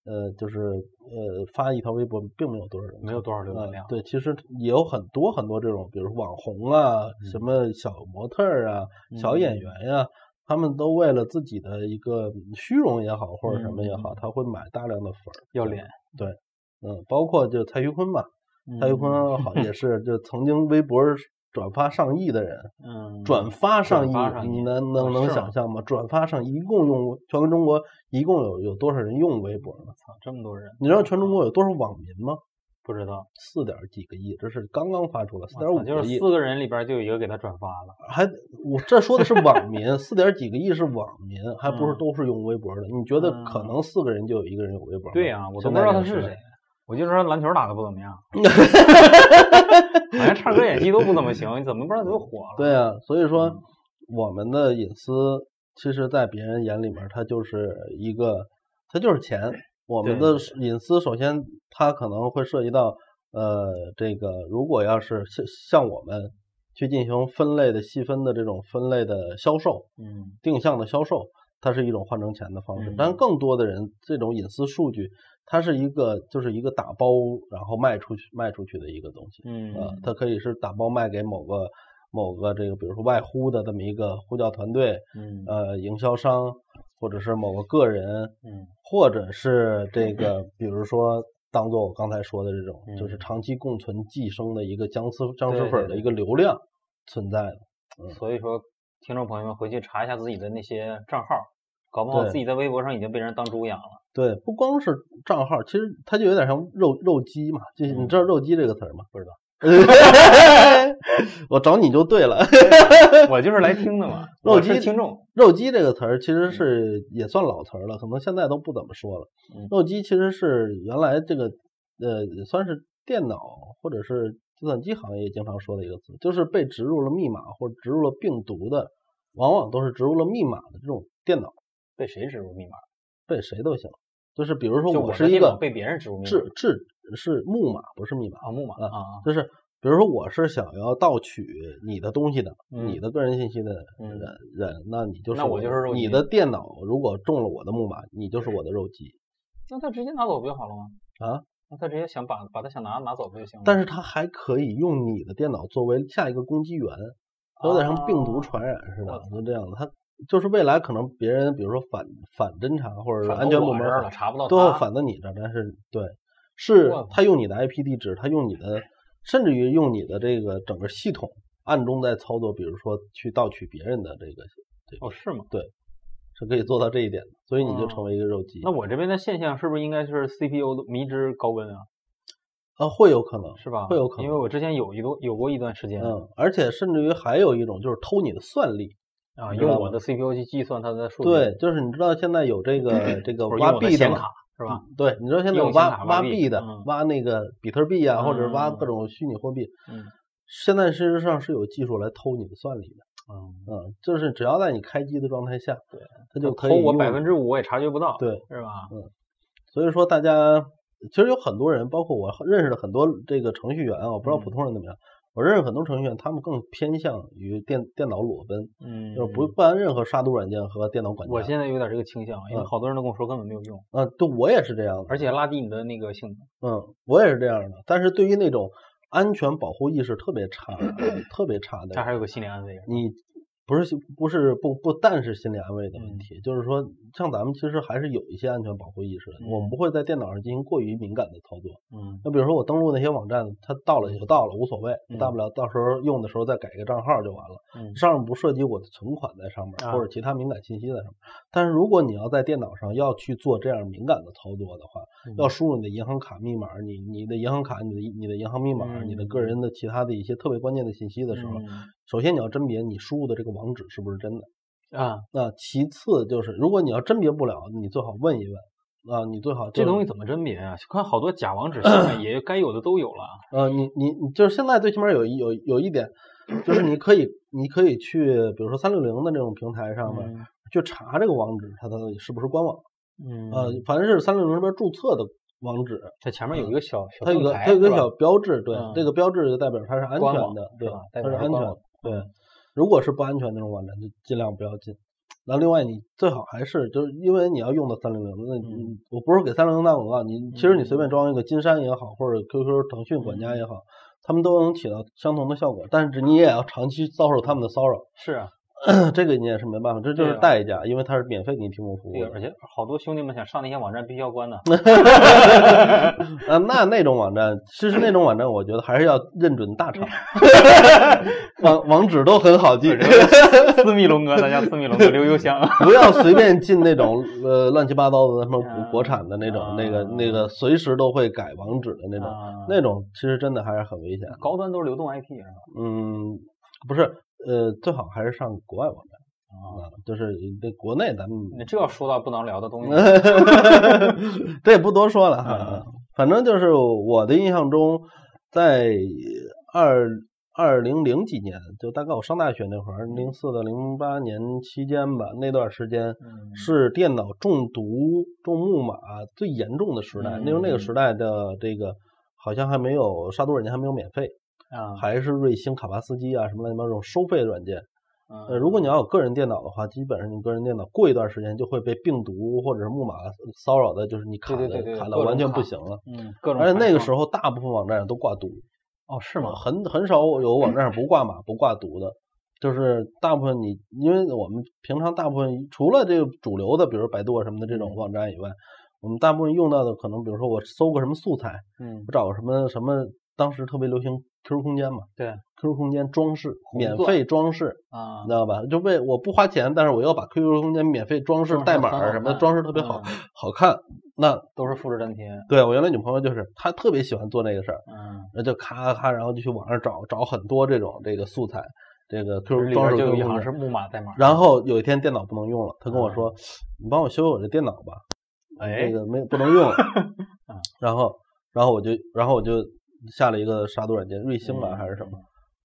Speaker 1: 呃，就是呃，发一条微博并没有多少人看，
Speaker 2: 没有多少浏览
Speaker 1: 啊
Speaker 2: 量，
Speaker 1: 对，其实也有很多很多这种，比如网红啊，什么小模特儿啊、小演
Speaker 2: 嗯
Speaker 1: 员呀、他们都为了自己的一个虚荣也好，或者什么也好，
Speaker 2: 嗯
Speaker 1: 他会买大量的粉儿。
Speaker 2: 要脸，
Speaker 1: 嗯，包括就蔡徐坤嘛，蔡徐
Speaker 2: 嗯
Speaker 1: 坤好也是，就曾经微博转发上亿的人，
Speaker 2: 嗯
Speaker 1: 转发上亿，
Speaker 2: 转发上
Speaker 1: 你
Speaker 2: 亿
Speaker 1: 能能
Speaker 2: 啊
Speaker 1: 能
Speaker 2: 是
Speaker 1: 想
Speaker 2: 吗
Speaker 1: 象吗？转发上亿一共用全中国一共有有多少人用微博呢？
Speaker 2: 操这么多人
Speaker 1: 你知道全中国有多少网民吗？
Speaker 2: 不知道，
Speaker 1: 四点几个亿，这是刚刚发出来，四
Speaker 2: 我
Speaker 1: 点五
Speaker 2: 操就
Speaker 1: 个亿
Speaker 2: 是，四个人里边就有一个给他转发了，
Speaker 1: 还我这说的是网民，四点几个亿是网民，还不是
Speaker 2: 嗯
Speaker 1: 都是用微博的？你觉得可
Speaker 2: 嗯
Speaker 1: 能四个人就有一个人有微博吗？
Speaker 2: 对呀，我
Speaker 1: 现
Speaker 2: 都不知
Speaker 1: 在
Speaker 2: 道
Speaker 1: 这
Speaker 2: 他
Speaker 1: 个时
Speaker 2: 是
Speaker 1: 代
Speaker 2: 谁。我就说篮球打的不怎么样，
Speaker 1: <laughs>
Speaker 2: 好像唱歌演戏都不怎么行，你怎么不知道他就火了？
Speaker 1: <laughs> 对啊呀、所以说
Speaker 2: 嗯
Speaker 1: 我们的隐私，其实，在别人眼里面，它就是一个，它就是钱。我们
Speaker 2: 对
Speaker 1: 的隐私，首先它可能会涉及到，呃，这个如果要是像像我们去进行分类的细分的这种分类的销售，
Speaker 2: 嗯，
Speaker 1: 定向的销售，它是一种换成钱的方式
Speaker 2: 嗯。
Speaker 1: 但更多的人，这种隐私数据，它是一个就是一个打包然后卖出去卖出去的一个东西。
Speaker 2: 嗯
Speaker 1: 呃，它可以是打包卖给某个某个这个，比如说外呼的这么一个呼叫团队，
Speaker 2: 嗯
Speaker 1: 呃，营销商，或者是某个个人，
Speaker 2: 嗯
Speaker 1: 或者是这个，比如说当做我刚才说的这种，就是
Speaker 2: 嗯
Speaker 1: 长期共存寄生的一个僵尸僵尸
Speaker 2: 对
Speaker 1: 粉儿
Speaker 2: 对
Speaker 1: 的一个
Speaker 2: 对
Speaker 1: 流量存在的。
Speaker 2: 嗯所以说，听众朋友们回去查一下自己的那些账号，搞不好
Speaker 1: 对
Speaker 2: 自己在微博上已经被人当猪养了。
Speaker 1: 对，不光是账号，其实它就有点像肉肉鸡嘛，就是你
Speaker 2: 嗯
Speaker 1: 知道“肉鸡”这个词儿吗？
Speaker 2: 不知 <laughs>
Speaker 1: 道。我找你就对了。 <laughs>
Speaker 2: 我就是来听的嘛，
Speaker 1: 肉
Speaker 2: 我
Speaker 1: 鸡
Speaker 2: 是听众。
Speaker 1: 肉鸡这个词儿其实是也算老词儿了，可能现在都不怎么说了
Speaker 2: 嗯。
Speaker 1: 肉鸡其实是原来这个呃，也算是电脑或者是计算机行业经常说的一个词，就是被植入了密码或者植入了病毒的，往往都是植入了密码的这种电脑，
Speaker 2: 被谁植入密码？
Speaker 1: 被谁都行。就是比如说
Speaker 2: 就
Speaker 1: 我
Speaker 2: 我
Speaker 1: 是一
Speaker 2: 电脑
Speaker 1: 个
Speaker 2: 被别人植入密码
Speaker 1: 制制是木马，不是密码，
Speaker 2: 啊，木马
Speaker 1: 啊
Speaker 2: 啊啊，
Speaker 1: 就是比如说我是想要盗取你的东西的，
Speaker 2: 嗯
Speaker 1: 你的个人信息的人
Speaker 2: 嗯
Speaker 1: 人，那你就是
Speaker 2: 那我就是肉
Speaker 1: 你
Speaker 2: 鸡
Speaker 1: 的电脑如果中了我的木马，你就是我的肉鸡
Speaker 2: 那他直接拿走不就好了吗？
Speaker 1: 啊。
Speaker 2: 那他直接想把把他想拿拿走不就行了吗？
Speaker 1: 但是它还可以用你的电脑作为下一个攻击源，有点像病毒
Speaker 2: 啊
Speaker 1: 传染似的
Speaker 2: 我，操
Speaker 1: 就这样的。它就是未来可能别人比如说反反侦查或者是
Speaker 2: 反
Speaker 1: 安
Speaker 2: 到
Speaker 1: 全部
Speaker 2: 我
Speaker 1: 门
Speaker 2: 这儿
Speaker 1: 反
Speaker 2: 了，查不到
Speaker 1: 都要
Speaker 2: 他
Speaker 1: 反到你这儿，但是对，是
Speaker 2: 我操
Speaker 1: 他用你的 IP 地址，他用你的，甚至于用你的这个整个系统暗中在操作，比如说去盗取别人的这个，
Speaker 2: 哦，是吗？
Speaker 1: 是可以做到这一点的，所以你就
Speaker 2: 哦
Speaker 1: 成为一个肉鸡，
Speaker 2: 那我这边的现象是不是应该是 CPU 的迷之高温啊？
Speaker 1: 啊，会有可能，
Speaker 2: 是吧？
Speaker 1: 会有可能
Speaker 2: 因为我之前有一段有过一段时间
Speaker 1: 嗯，而且甚至于还有一种就是偷你的算力，
Speaker 2: 啊，
Speaker 1: 你知道
Speaker 2: 用我的 CPU 去计算它的数据，嗯
Speaker 1: 对，就是你知道现在有这
Speaker 2: <clears throat>
Speaker 1: 个这个
Speaker 2: 或者用
Speaker 1: 挖
Speaker 2: 我的
Speaker 1: 币的
Speaker 2: 显
Speaker 1: 嘛
Speaker 2: 卡是吧？
Speaker 1: 嗯对，你知道现在有
Speaker 2: 用显
Speaker 1: 挖
Speaker 2: 卡
Speaker 1: 挖
Speaker 2: 挖
Speaker 1: 币
Speaker 2: 币
Speaker 1: 的
Speaker 2: 嗯，
Speaker 1: 挖那个比特币啊，或者挖
Speaker 2: 嗯
Speaker 1: 各种虚拟货币，
Speaker 2: 嗯
Speaker 1: 现在事实上是有技术来偷你的算力的。
Speaker 2: 嗯，
Speaker 1: 嗯，就是只要在你开机的状态下，
Speaker 2: 对，
Speaker 1: 它就可
Speaker 2: 偷
Speaker 1: 以
Speaker 2: 我
Speaker 1: 用
Speaker 2: 百分之五我也察觉不到，
Speaker 1: 对，嗯
Speaker 2: 是吧？
Speaker 1: 所以说大家其实有很多人，包括我认识的很多这个程序员啊，我不知道普
Speaker 2: 嗯
Speaker 1: 通人怎么样，我认识很多程序员，他们更偏向于电电脑裸奔，
Speaker 2: 嗯，
Speaker 1: 就是不办任何杀毒软件和电脑管家。
Speaker 2: 我现在有点这个倾向，因为
Speaker 1: 嗯
Speaker 2: 好多人都跟我说根本没有用，
Speaker 1: 嗯，对我也是这样的，
Speaker 2: 而且拉低你的那个性能。
Speaker 1: 嗯，我也是这样的。但是对于那种安全保护意识特别差、特别差的
Speaker 2: 它
Speaker 1: 人，
Speaker 2: 还有个心理安慰，
Speaker 1: 你不是心不是不不但是心理安慰的
Speaker 2: 嗯
Speaker 1: 问题，就是说像咱们其实还是有一些安全保护意识的，我们
Speaker 2: 嗯
Speaker 1: 不会在电脑上进行过于敏感的操作。
Speaker 2: 嗯
Speaker 1: 那比如说我登录那些网站，它到了也就到了，无所谓，
Speaker 2: 嗯
Speaker 1: 大不了到时候用的时候再改个账号就完了。
Speaker 2: 嗯
Speaker 1: 上面不涉及我的存款在上面
Speaker 2: 啊
Speaker 1: 或者其他敏感信息在上面。但是如果你要在电脑上要去做这样敏感的操作的话，
Speaker 2: 嗯
Speaker 1: 要输入你的银行卡密码，你你的银行卡、你的你的银行密码、你的个人的其他的一些特别关键的信息的时候，
Speaker 2: 嗯
Speaker 1: 首先你要甄别你输入的这个网址是不是真的。
Speaker 2: 啊，
Speaker 1: 那其次就是，如果你要甄别不了，你最好问一问啊，你最好
Speaker 2: 这东
Speaker 1: 西，
Speaker 2: 西怎么甄别啊？看好多假网址现
Speaker 1: <clears throat>
Speaker 2: 在也该有的都有了，
Speaker 1: 呃，你你你就是现在最起码有一有有一点，就是你可以你可以去，比如说三六零的这种平台上面、去查这个网址，它到底是不是官网。
Speaker 2: 嗯，
Speaker 1: 呃，凡是三六零这边注册的网址，
Speaker 2: 它前面有一个小小
Speaker 1: 嗯它有个
Speaker 2: 盾牌
Speaker 1: 它有个
Speaker 2: 是吧
Speaker 1: 小标志，对，
Speaker 2: 嗯
Speaker 1: 这个标志就代表它是安
Speaker 2: 官
Speaker 1: 全
Speaker 2: 网
Speaker 1: 的，
Speaker 2: 是
Speaker 1: 对
Speaker 2: 吧，
Speaker 1: 它
Speaker 2: 代
Speaker 1: 是
Speaker 2: 表是
Speaker 1: 安全
Speaker 2: 官
Speaker 1: 的
Speaker 2: 网，
Speaker 1: 对
Speaker 2: 嗯。
Speaker 1: 如果是不安全那种网站，就尽量不要进。那另外，你最好还是就是因为你要用到三六零，那你
Speaker 2: 嗯
Speaker 1: 我不是给三六零打广告，你其实你随便装一个金山也好，或者 QQ、腾讯管
Speaker 2: 嗯
Speaker 1: 家也好，他们都能起到相同的效果，但是你也要长期遭受他们的骚扰， <coughs>
Speaker 2: 是啊，
Speaker 1: 这个你也是没办法，这就
Speaker 2: 对
Speaker 1: 是
Speaker 2: 啊
Speaker 1: 代价，因为它是免费给你提供服务
Speaker 2: 对，啊
Speaker 1: 的。
Speaker 2: 而且好多兄弟们想上那些网站必须要关
Speaker 1: <laughs>
Speaker 2: 的，
Speaker 1: 啊，那那种网站，其实那种网站，我觉得还是要认准大厂，网网址都很好记，
Speaker 2: 私密龙哥，大家私密龙哥留邮 <laughs> 箱。
Speaker 1: 不要随便进那种呃乱七八糟的什么
Speaker 2: 啊
Speaker 1: 国产的那种，那个那个随时都会改网址的那种，
Speaker 2: 啊
Speaker 1: 那种其实真的还是很危险。
Speaker 2: 高端都是流动 IP 是吧？
Speaker 1: 嗯，不是，呃，最好还是上国外网站啊，就是那国内咱们
Speaker 2: 那这要说到不能聊
Speaker 1: <laughs>
Speaker 2: 的东西，嗯
Speaker 1: 这也不多说了哈
Speaker 2: 啊，
Speaker 1: <laughs> 反正就是我的印象中，在二二零零几年，就大概我上大学那会儿，零四到零八年期间吧，那段时间
Speaker 2: 嗯
Speaker 1: 是电脑中毒、中木马最严重的时代。因为那个
Speaker 2: 嗯
Speaker 1: 时代的这个好像还没有杀毒软件还没有免费，
Speaker 2: 啊，
Speaker 1: 还是瑞星、卡巴斯基啊什么乱七八糟这种收费软件。呃，
Speaker 2: 呃
Speaker 1: 如果你要有个人电脑的话，基本上你个人电脑过一段时间就会被病毒或者是木马骚扰的，就是你卡的
Speaker 2: 对对对对
Speaker 1: 卡的
Speaker 2: 各种
Speaker 1: 完全
Speaker 2: 卡
Speaker 1: 不行了。
Speaker 2: 嗯各种
Speaker 1: 而且那个时
Speaker 2: 候
Speaker 1: 候大部分网站上都挂毒，
Speaker 2: 哦是吗？
Speaker 1: 很很少有网站上不挂码不挂毒的，就是大部分你因为我们平常大部分除了这个主流的，比如百度啊什么的这种
Speaker 2: 嗯
Speaker 1: 网站以外，我们大部分用到的可能比如说我搜个什么素材，
Speaker 2: 嗯
Speaker 1: 我找个什么什么，当时特别流行 QQ 空间嘛，
Speaker 2: 对
Speaker 1: ，QQ 空间装饰
Speaker 2: 红
Speaker 1: 免
Speaker 2: 钻
Speaker 1: 费装饰。
Speaker 2: 啊
Speaker 1: 你知道吧？就为我不花钱，但是我要把 QQ 空间免费装饰
Speaker 2: 装饰
Speaker 1: 代码
Speaker 2: 很
Speaker 1: 儿
Speaker 2: 好
Speaker 1: 什么的
Speaker 2: 看
Speaker 1: 装饰特别好、
Speaker 2: 嗯
Speaker 1: 好看。那
Speaker 2: 都是复制粘贴，
Speaker 1: 对我原来女朋友就是她特别喜欢做那个事儿，
Speaker 2: 嗯，
Speaker 1: 那就咔咔咔，然后就去网上找找很多这种这个素材，这个
Speaker 2: 就
Speaker 1: QQ
Speaker 2: 里
Speaker 1: 装
Speaker 2: 边
Speaker 1: 饰
Speaker 2: 就
Speaker 1: QQ
Speaker 2: 有一
Speaker 1: 空
Speaker 2: 行是
Speaker 1: 间。
Speaker 2: 木马代码，
Speaker 1: 然后有一天电脑不能用了，她跟我
Speaker 2: 嗯
Speaker 1: 说：“你帮我修修我这电脑吧，
Speaker 2: 哎 <laughs>
Speaker 1: 嗯那个没不能用了。”然后然后我就然后我就下了一个杀毒软件，瑞星吧
Speaker 2: 嗯
Speaker 1: 还是什么，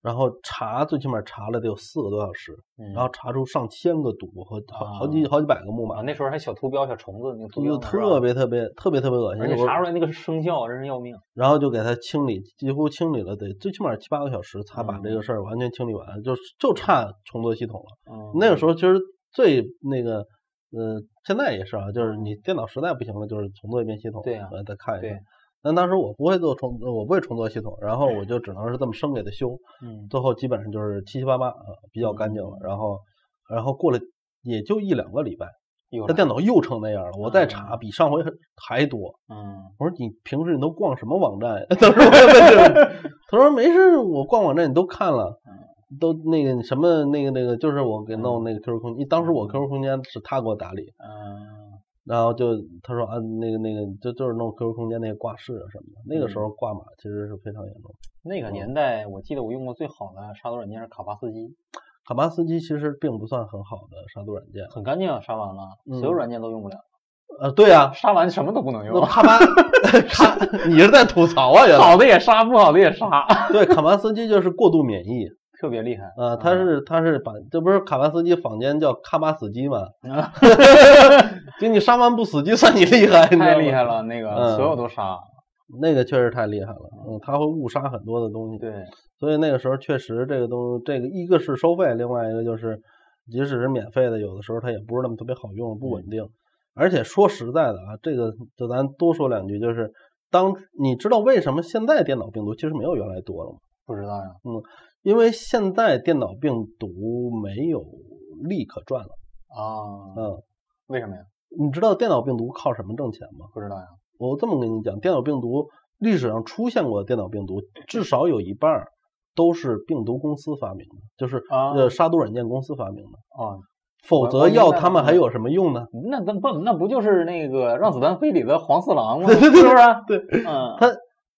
Speaker 1: 然后查最起码查了得有四个多小时，
Speaker 2: 嗯，
Speaker 1: 然后查出上千个赌和好
Speaker 2: 啊
Speaker 1: 好几好几百个木
Speaker 2: 啊
Speaker 1: 马，
Speaker 2: 那时候还小图标、小虫子那个图标
Speaker 1: 就
Speaker 2: 呢
Speaker 1: 特，
Speaker 2: 是吧
Speaker 1: 别特别特别特别恶
Speaker 2: 而
Speaker 1: 心，
Speaker 2: 且
Speaker 1: 我
Speaker 2: 查出来那个是生效，真是要命。
Speaker 1: 然后就给他清理，几乎清理了得最起码七八个小时才把这个事儿完全清理完，就是就差重做系统了。
Speaker 2: 嗯
Speaker 1: 那个时候其实最那个，呃，现在也是啊，就是你电脑实在不行了，就是重做一遍系统，
Speaker 2: 对啊
Speaker 1: 呃再看一
Speaker 2: 对
Speaker 1: 遍。但当时我不会做重，我不会重做系统，然后我就只能是这么生给他修，
Speaker 2: 嗯，
Speaker 1: 最后基本上就是七七八八啊，呃比较干净了。然后，然后过了也就一两个礼拜，
Speaker 2: 有
Speaker 1: 他
Speaker 2: 了
Speaker 1: 电脑又成那样了，我再查比上回还还多。
Speaker 2: 嗯，
Speaker 1: 我说你平时你都逛什么网站呀？ <laughs> 他说没事，他说没事，我逛网站你都看了，都那个什么那个那个，就是我给弄那个 QQ 空间，当时我 QQ 空间是他给我打理，
Speaker 2: 嗯，
Speaker 1: 然后就他说啊那个那个就就是弄 QQ 空间那个挂饰啊什么的，那个时候挂码其实是非常严重的。
Speaker 2: 那个
Speaker 1: 嗯
Speaker 2: 年代我记得我用过最好的杀毒软件是卡巴斯基，
Speaker 1: 卡巴斯基其实并不算很好的杀毒软件，
Speaker 2: 很干净啊，杀完了，
Speaker 1: 嗯
Speaker 2: 所有软件都用不了，
Speaker 1: 呃，对啊，
Speaker 2: 杀完什么都不能
Speaker 1: 那
Speaker 2: 用，
Speaker 1: 卡巴 <laughs> 卡，你是在吐槽啊？原来
Speaker 2: 好的也杀，不好的也杀，
Speaker 1: 对卡巴斯基就是过度免疫，
Speaker 2: 特别厉
Speaker 1: <laughs>
Speaker 2: 害。
Speaker 1: 呃，他
Speaker 2: 嗯
Speaker 1: 是他是把这不是卡巴斯基坊间叫卡巴斯基嘛？
Speaker 2: <laughs> 啊
Speaker 1: <laughs> 就你杀完不死鸡算你厉害，你知道
Speaker 2: 太
Speaker 1: 吗
Speaker 2: 厉害。了，那个
Speaker 1: 嗯
Speaker 2: 所有都杀，
Speaker 1: 那个确实太厉害了，嗯，他会误杀很多的东西。，
Speaker 2: 对，
Speaker 1: 所以那个时候确实这个东这个一个是收费，另外一个就是即使是免费的，有的时候它也不是那么特别好用，不
Speaker 2: 嗯
Speaker 1: 稳定。而且说实在的啊，这个就咱多说两句，就是当你知道为什么现在电脑病毒其实没有原来多了吗？
Speaker 2: 不知道呀，
Speaker 1: 因为现在电脑病毒没有利可赚了，
Speaker 2: 啊，
Speaker 1: 嗯。
Speaker 2: 为什么呀？
Speaker 1: 你知道电脑病毒靠什么挣钱吗？
Speaker 2: 不知道呀，
Speaker 1: 我这么跟你讲，电脑病毒历史上出现过的电脑病毒，至少有一半儿都是病毒公司发明的，就是、
Speaker 2: 啊
Speaker 1: 呃杀毒软件公司发明的，
Speaker 2: 哦，
Speaker 1: 否
Speaker 2: 我
Speaker 1: 则
Speaker 2: 明白
Speaker 1: 要
Speaker 2: 了
Speaker 1: 他们
Speaker 2: 嗯
Speaker 1: 还有什么用呢？
Speaker 2: 那那不那不就是那个《让子弹飞》里的黄四郎吗？是不是？
Speaker 1: <laughs> 对，
Speaker 2: 嗯
Speaker 1: 他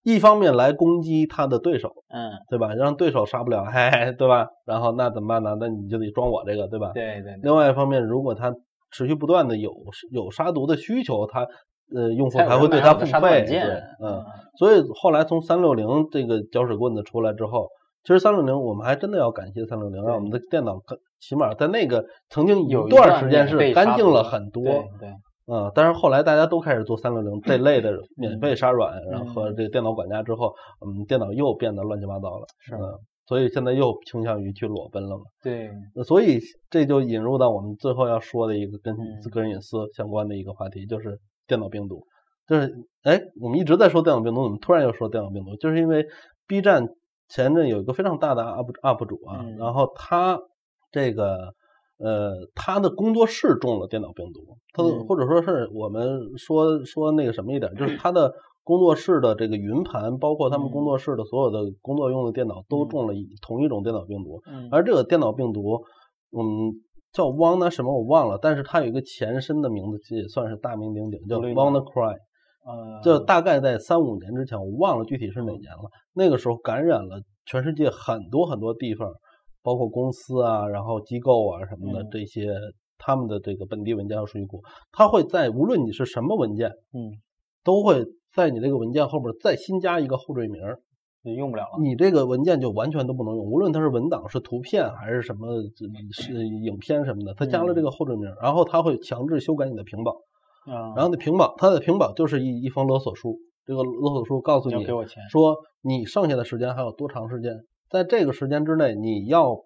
Speaker 1: 一方面来攻击他的对手，
Speaker 2: 嗯，
Speaker 1: 对吧？让对手杀不了，嘿，对吧？然后那怎么办呢？那你就得装我这个，对吧？
Speaker 2: 对对对，
Speaker 1: 另外一方面，如果他持续不断的有有杀毒的需求，他呃用户
Speaker 2: 才有
Speaker 1: 还会
Speaker 2: 人
Speaker 1: 对
Speaker 2: 买
Speaker 1: 他
Speaker 2: 我
Speaker 1: 付
Speaker 2: 的杀毒
Speaker 1: 费，
Speaker 2: 软
Speaker 1: 对
Speaker 2: 件，，
Speaker 1: 嗯。，所以后来从三六零这个搅屎棍子出来之后，其实三六零我们还真的要感谢三六零，让我们的电脑更起码在那个曾经
Speaker 2: 有一
Speaker 1: 段
Speaker 2: 段
Speaker 1: 时间是
Speaker 2: 免费
Speaker 1: 干
Speaker 2: 杀
Speaker 1: 净
Speaker 2: 毒
Speaker 1: 了
Speaker 2: 的
Speaker 1: 很多，
Speaker 2: 对对，
Speaker 1: 嗯，但是后来大家都开始做三六零这类的免费杀软，然后
Speaker 2: 嗯
Speaker 1: 和这个电脑管家之后，嗯，电脑又变得乱七八糟了，
Speaker 2: 是
Speaker 1: 嗯，所以现在又倾向于去裸奔了嘛，
Speaker 2: 对，
Speaker 1: 呃所以这就引入到我们最后要说的一个跟
Speaker 2: 嗯
Speaker 1: 个人隐私相关的一个话题，就是电脑病毒。就是哎，我们一直在说电脑病毒，怎么突然又说电脑病毒？就是因为 B 站前阵有一个非常大的 UP UP 主啊，
Speaker 2: 嗯
Speaker 1: 然后他这个呃他的工作室中了电脑病毒，他的、
Speaker 2: 嗯
Speaker 1: 或者说是我们说说那个什么一点，
Speaker 2: <clears throat>
Speaker 1: 就是他的。工作室的这个云盘，包括他们
Speaker 2: 嗯
Speaker 1: 工作室的所有的工作用的电脑，都
Speaker 2: 嗯
Speaker 1: 中了一同一种电脑病毒。
Speaker 2: 嗯
Speaker 1: 而这个电脑病毒，嗯，叫汪呢什么我忘了，但是它有一个前身的名字，其实也算是大名鼎鼎，叫
Speaker 2: 对
Speaker 1: WannaCry。
Speaker 2: 呃，
Speaker 1: 就大概在三五年之前，我忘了具体是哪年了。那个时候感染了全世界很多很多地方，包括公司啊，然后机构啊什么的
Speaker 2: 嗯
Speaker 1: 这些，他们的这个本地文件和数据库，它会在无论你是什么文件，
Speaker 2: 嗯，
Speaker 1: 都会在你这个文件后边再新加一个后缀名儿。
Speaker 2: 就用不了了，
Speaker 1: 你这个文件就完全都不能用，无论它是文档、是图片还是什么呃是影片什么的，它加了这个后缀名儿，然后它会强制修改你的屏保，
Speaker 2: 嗯，
Speaker 1: 然后那屏保它的屏保就是一一封勒索书，这个勒索书告诉
Speaker 2: 你要
Speaker 1: 你
Speaker 2: 给我钱，
Speaker 1: 说你剩下的时间还有多长时间，在这个时间之内你要。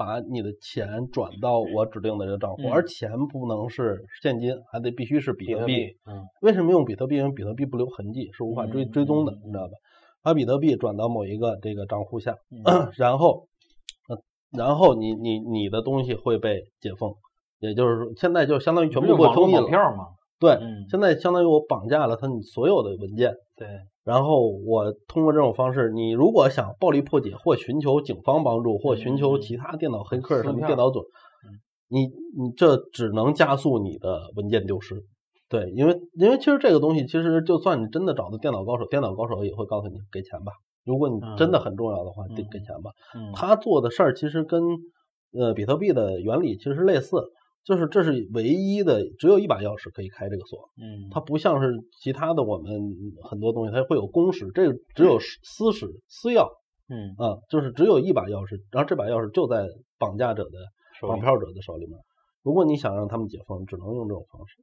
Speaker 1: 把你的钱转到我指定的这个账户，
Speaker 2: 嗯
Speaker 1: 而钱不能是现金，还得必须是比特币。
Speaker 2: 币，嗯，
Speaker 1: 为什么用比特币？因为比特币不留痕迹，是无法追
Speaker 2: 嗯
Speaker 1: 追踪的
Speaker 2: 嗯，
Speaker 1: 你知道吧？把比特币转到某一个这个账户下，
Speaker 2: 嗯
Speaker 1: <clears throat> 然后，呃然后你你你的东西会被解封，也就是说，现在就相当于全部
Speaker 2: 不是
Speaker 1: 被
Speaker 2: 网络
Speaker 1: 封印
Speaker 2: 绑
Speaker 1: 了。
Speaker 2: 票
Speaker 1: <laughs>
Speaker 2: 嘛，
Speaker 1: 对，
Speaker 2: 嗯，
Speaker 1: 现在相当于我绑架了他你所有的文件，
Speaker 2: 对，
Speaker 1: 然后我通过这种方式，你如果想暴力破解或寻求警方帮助或寻求
Speaker 2: 嗯
Speaker 1: 其他电脑黑客
Speaker 2: 撕
Speaker 1: 什么
Speaker 2: 票
Speaker 1: 电脑组，你你这只能加速你的文件丢失。对，因为因为其实这个东西，其实就算你真的找到电脑高手，电脑高手也会告诉你给钱吧。如果你真的很重要的话，得
Speaker 2: 嗯
Speaker 1: 给钱吧。
Speaker 2: 嗯，
Speaker 1: 他做的事儿其实跟呃比特币的原理其实类似，就是这是唯一的，只有一把钥匙可以开这个锁，
Speaker 2: 嗯，
Speaker 1: 它不像是其他的我们很多东西，它会有公使，这个只有私使、私钥
Speaker 2: 嗯，
Speaker 1: 啊，就是只有一把钥匙，然后这把钥匙就在绑架者的
Speaker 2: 手
Speaker 1: 绑
Speaker 2: 里
Speaker 1: 票者的手里面。如果你想让他们解封，只能用这种方式。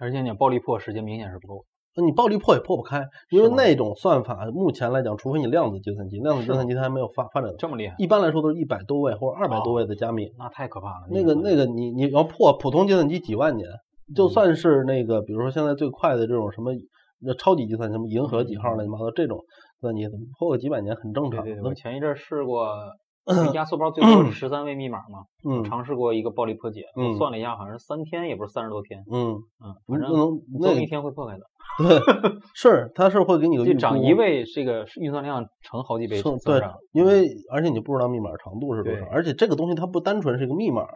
Speaker 2: 而且你暴力破时间明显是不够的。
Speaker 1: 那你暴力破也破不开，因为
Speaker 2: 是吗
Speaker 1: 那种算法目前来讲，除非你量子计算机，量子计
Speaker 2: 是吗
Speaker 1: 算机它还没有发发展。
Speaker 2: 这么厉害，
Speaker 1: 一般来说都是一百多位或者二
Speaker 2: 啊
Speaker 1: 百多位的加密，
Speaker 2: 那太可怕了。
Speaker 1: 那个
Speaker 2: 朋友
Speaker 1: 那个你你要破普通计算机几万年，就
Speaker 2: 嗯
Speaker 1: 算是那个比如说现在最快的这种什么呃超级计算机什么银河几号
Speaker 2: 嗯
Speaker 1: 乱七八糟这种，那你怎么破个几嗯百年很正常。
Speaker 2: 对对对，
Speaker 1: 那
Speaker 2: 我前一阵儿试
Speaker 1: <clears throat>
Speaker 2: 过压缩包最后是十三位密码嘛，
Speaker 1: 嗯
Speaker 2: 尝试过一个暴力破解，
Speaker 1: 嗯
Speaker 2: 我算了一下，好像是三天，也不是三十多天，
Speaker 1: 嗯，
Speaker 2: 嗯，
Speaker 1: 你不
Speaker 2: 反正
Speaker 1: 能那
Speaker 2: 总有
Speaker 1: 个
Speaker 2: 一天会破开的。
Speaker 1: 是它是会给你个
Speaker 2: 就
Speaker 1: 预
Speaker 2: 涨
Speaker 1: 估
Speaker 2: 一位，这个运算量乘好几倍
Speaker 1: 是
Speaker 2: 增
Speaker 1: 对
Speaker 2: 长。，
Speaker 1: 因为而且你不知道密码长度是多少，
Speaker 2: 嗯对
Speaker 1: 而且这个东西它不单纯是一个密码，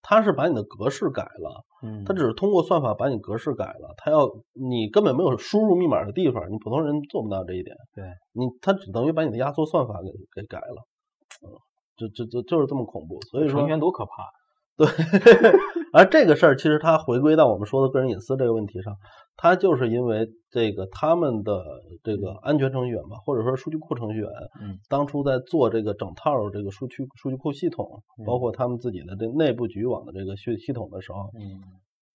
Speaker 1: 它是把你的格式改了。
Speaker 2: 嗯，
Speaker 1: 它只是通过算法把你格式改了，它要你根本没有输入密码的地方，你普通人做不到这一点。
Speaker 2: 对，
Speaker 1: 你它只等于把你的压缩算法给给改了，嗯这这这就是这么恐怖。所以说
Speaker 2: 成，员多可怕！
Speaker 1: 而这个事儿其实它回归到我们说的个人隐私这个问题上，它就是因为这个他们的这个安全程序员吧，或者说数据库程序员，
Speaker 2: 嗯，
Speaker 1: 当初在做这个整套这个数据数据库系统，包
Speaker 2: 嗯
Speaker 1: 括他们自己的这内部局域网的这个系系统的时候，
Speaker 2: 嗯，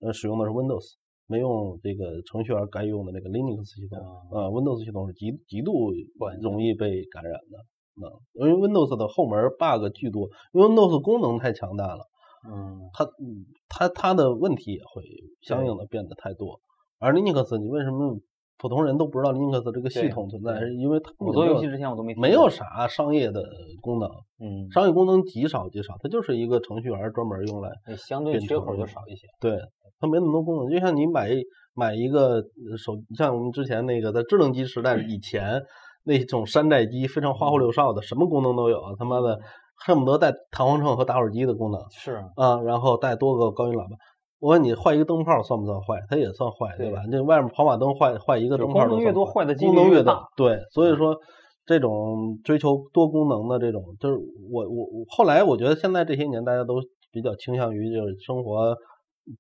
Speaker 1: 呃，使用的是 Windows，没用这个程序员该用的那个 Linux 系统。
Speaker 2: 啊
Speaker 1: 呃，Windows 系统是极极度
Speaker 2: 管的
Speaker 1: 容易被感染的。嗯，因为 Windows 的后门 bug 巨多，因为 Windows 功能太强大了，
Speaker 2: 嗯，
Speaker 1: 它嗯它它的问题也会相应的变得太多。而 Linux，你为什么普通人都不知道 Linux 这个系
Speaker 2: 对
Speaker 1: 统存在？
Speaker 2: 对
Speaker 1: 是因为它
Speaker 2: 我做
Speaker 1: 没有
Speaker 2: 游戏之前我都没听
Speaker 1: 没有
Speaker 2: 过
Speaker 1: 啥商业的功能，
Speaker 2: 嗯，
Speaker 1: 商业功能极少极少，它就是一个程序员专门用来
Speaker 2: 那相对
Speaker 1: 变
Speaker 2: 缺
Speaker 1: 成
Speaker 2: 口
Speaker 1: 了
Speaker 2: 就少一些。
Speaker 1: 对，它没那么多功能。就像你买一买一个呃手，像我们之前那个在智能机时代以前那种山寨机，非常花
Speaker 2: 嗯
Speaker 1: 花六哨的，什么功能都有，啊他妈的恨不得带弹簧秤和打火机的功能
Speaker 2: 是，
Speaker 1: 啊，然后带多个高音喇叭。我问你，坏一个灯泡算不算坏？它也算坏，对
Speaker 2: 对
Speaker 1: 吧？这外面跑马灯坏坏一个
Speaker 2: 就
Speaker 1: 灯泡
Speaker 2: 是功
Speaker 1: 都
Speaker 2: 能
Speaker 1: 算
Speaker 2: 越多，
Speaker 1: 坏
Speaker 2: 坏的几
Speaker 1: 功
Speaker 2: 率
Speaker 1: 能越
Speaker 2: 越
Speaker 1: 大
Speaker 2: 大。。嗯
Speaker 1: 对，所以说这种追求多功能的这种，就是我我我后来我觉得现在这些年大家都比较倾向于就是生活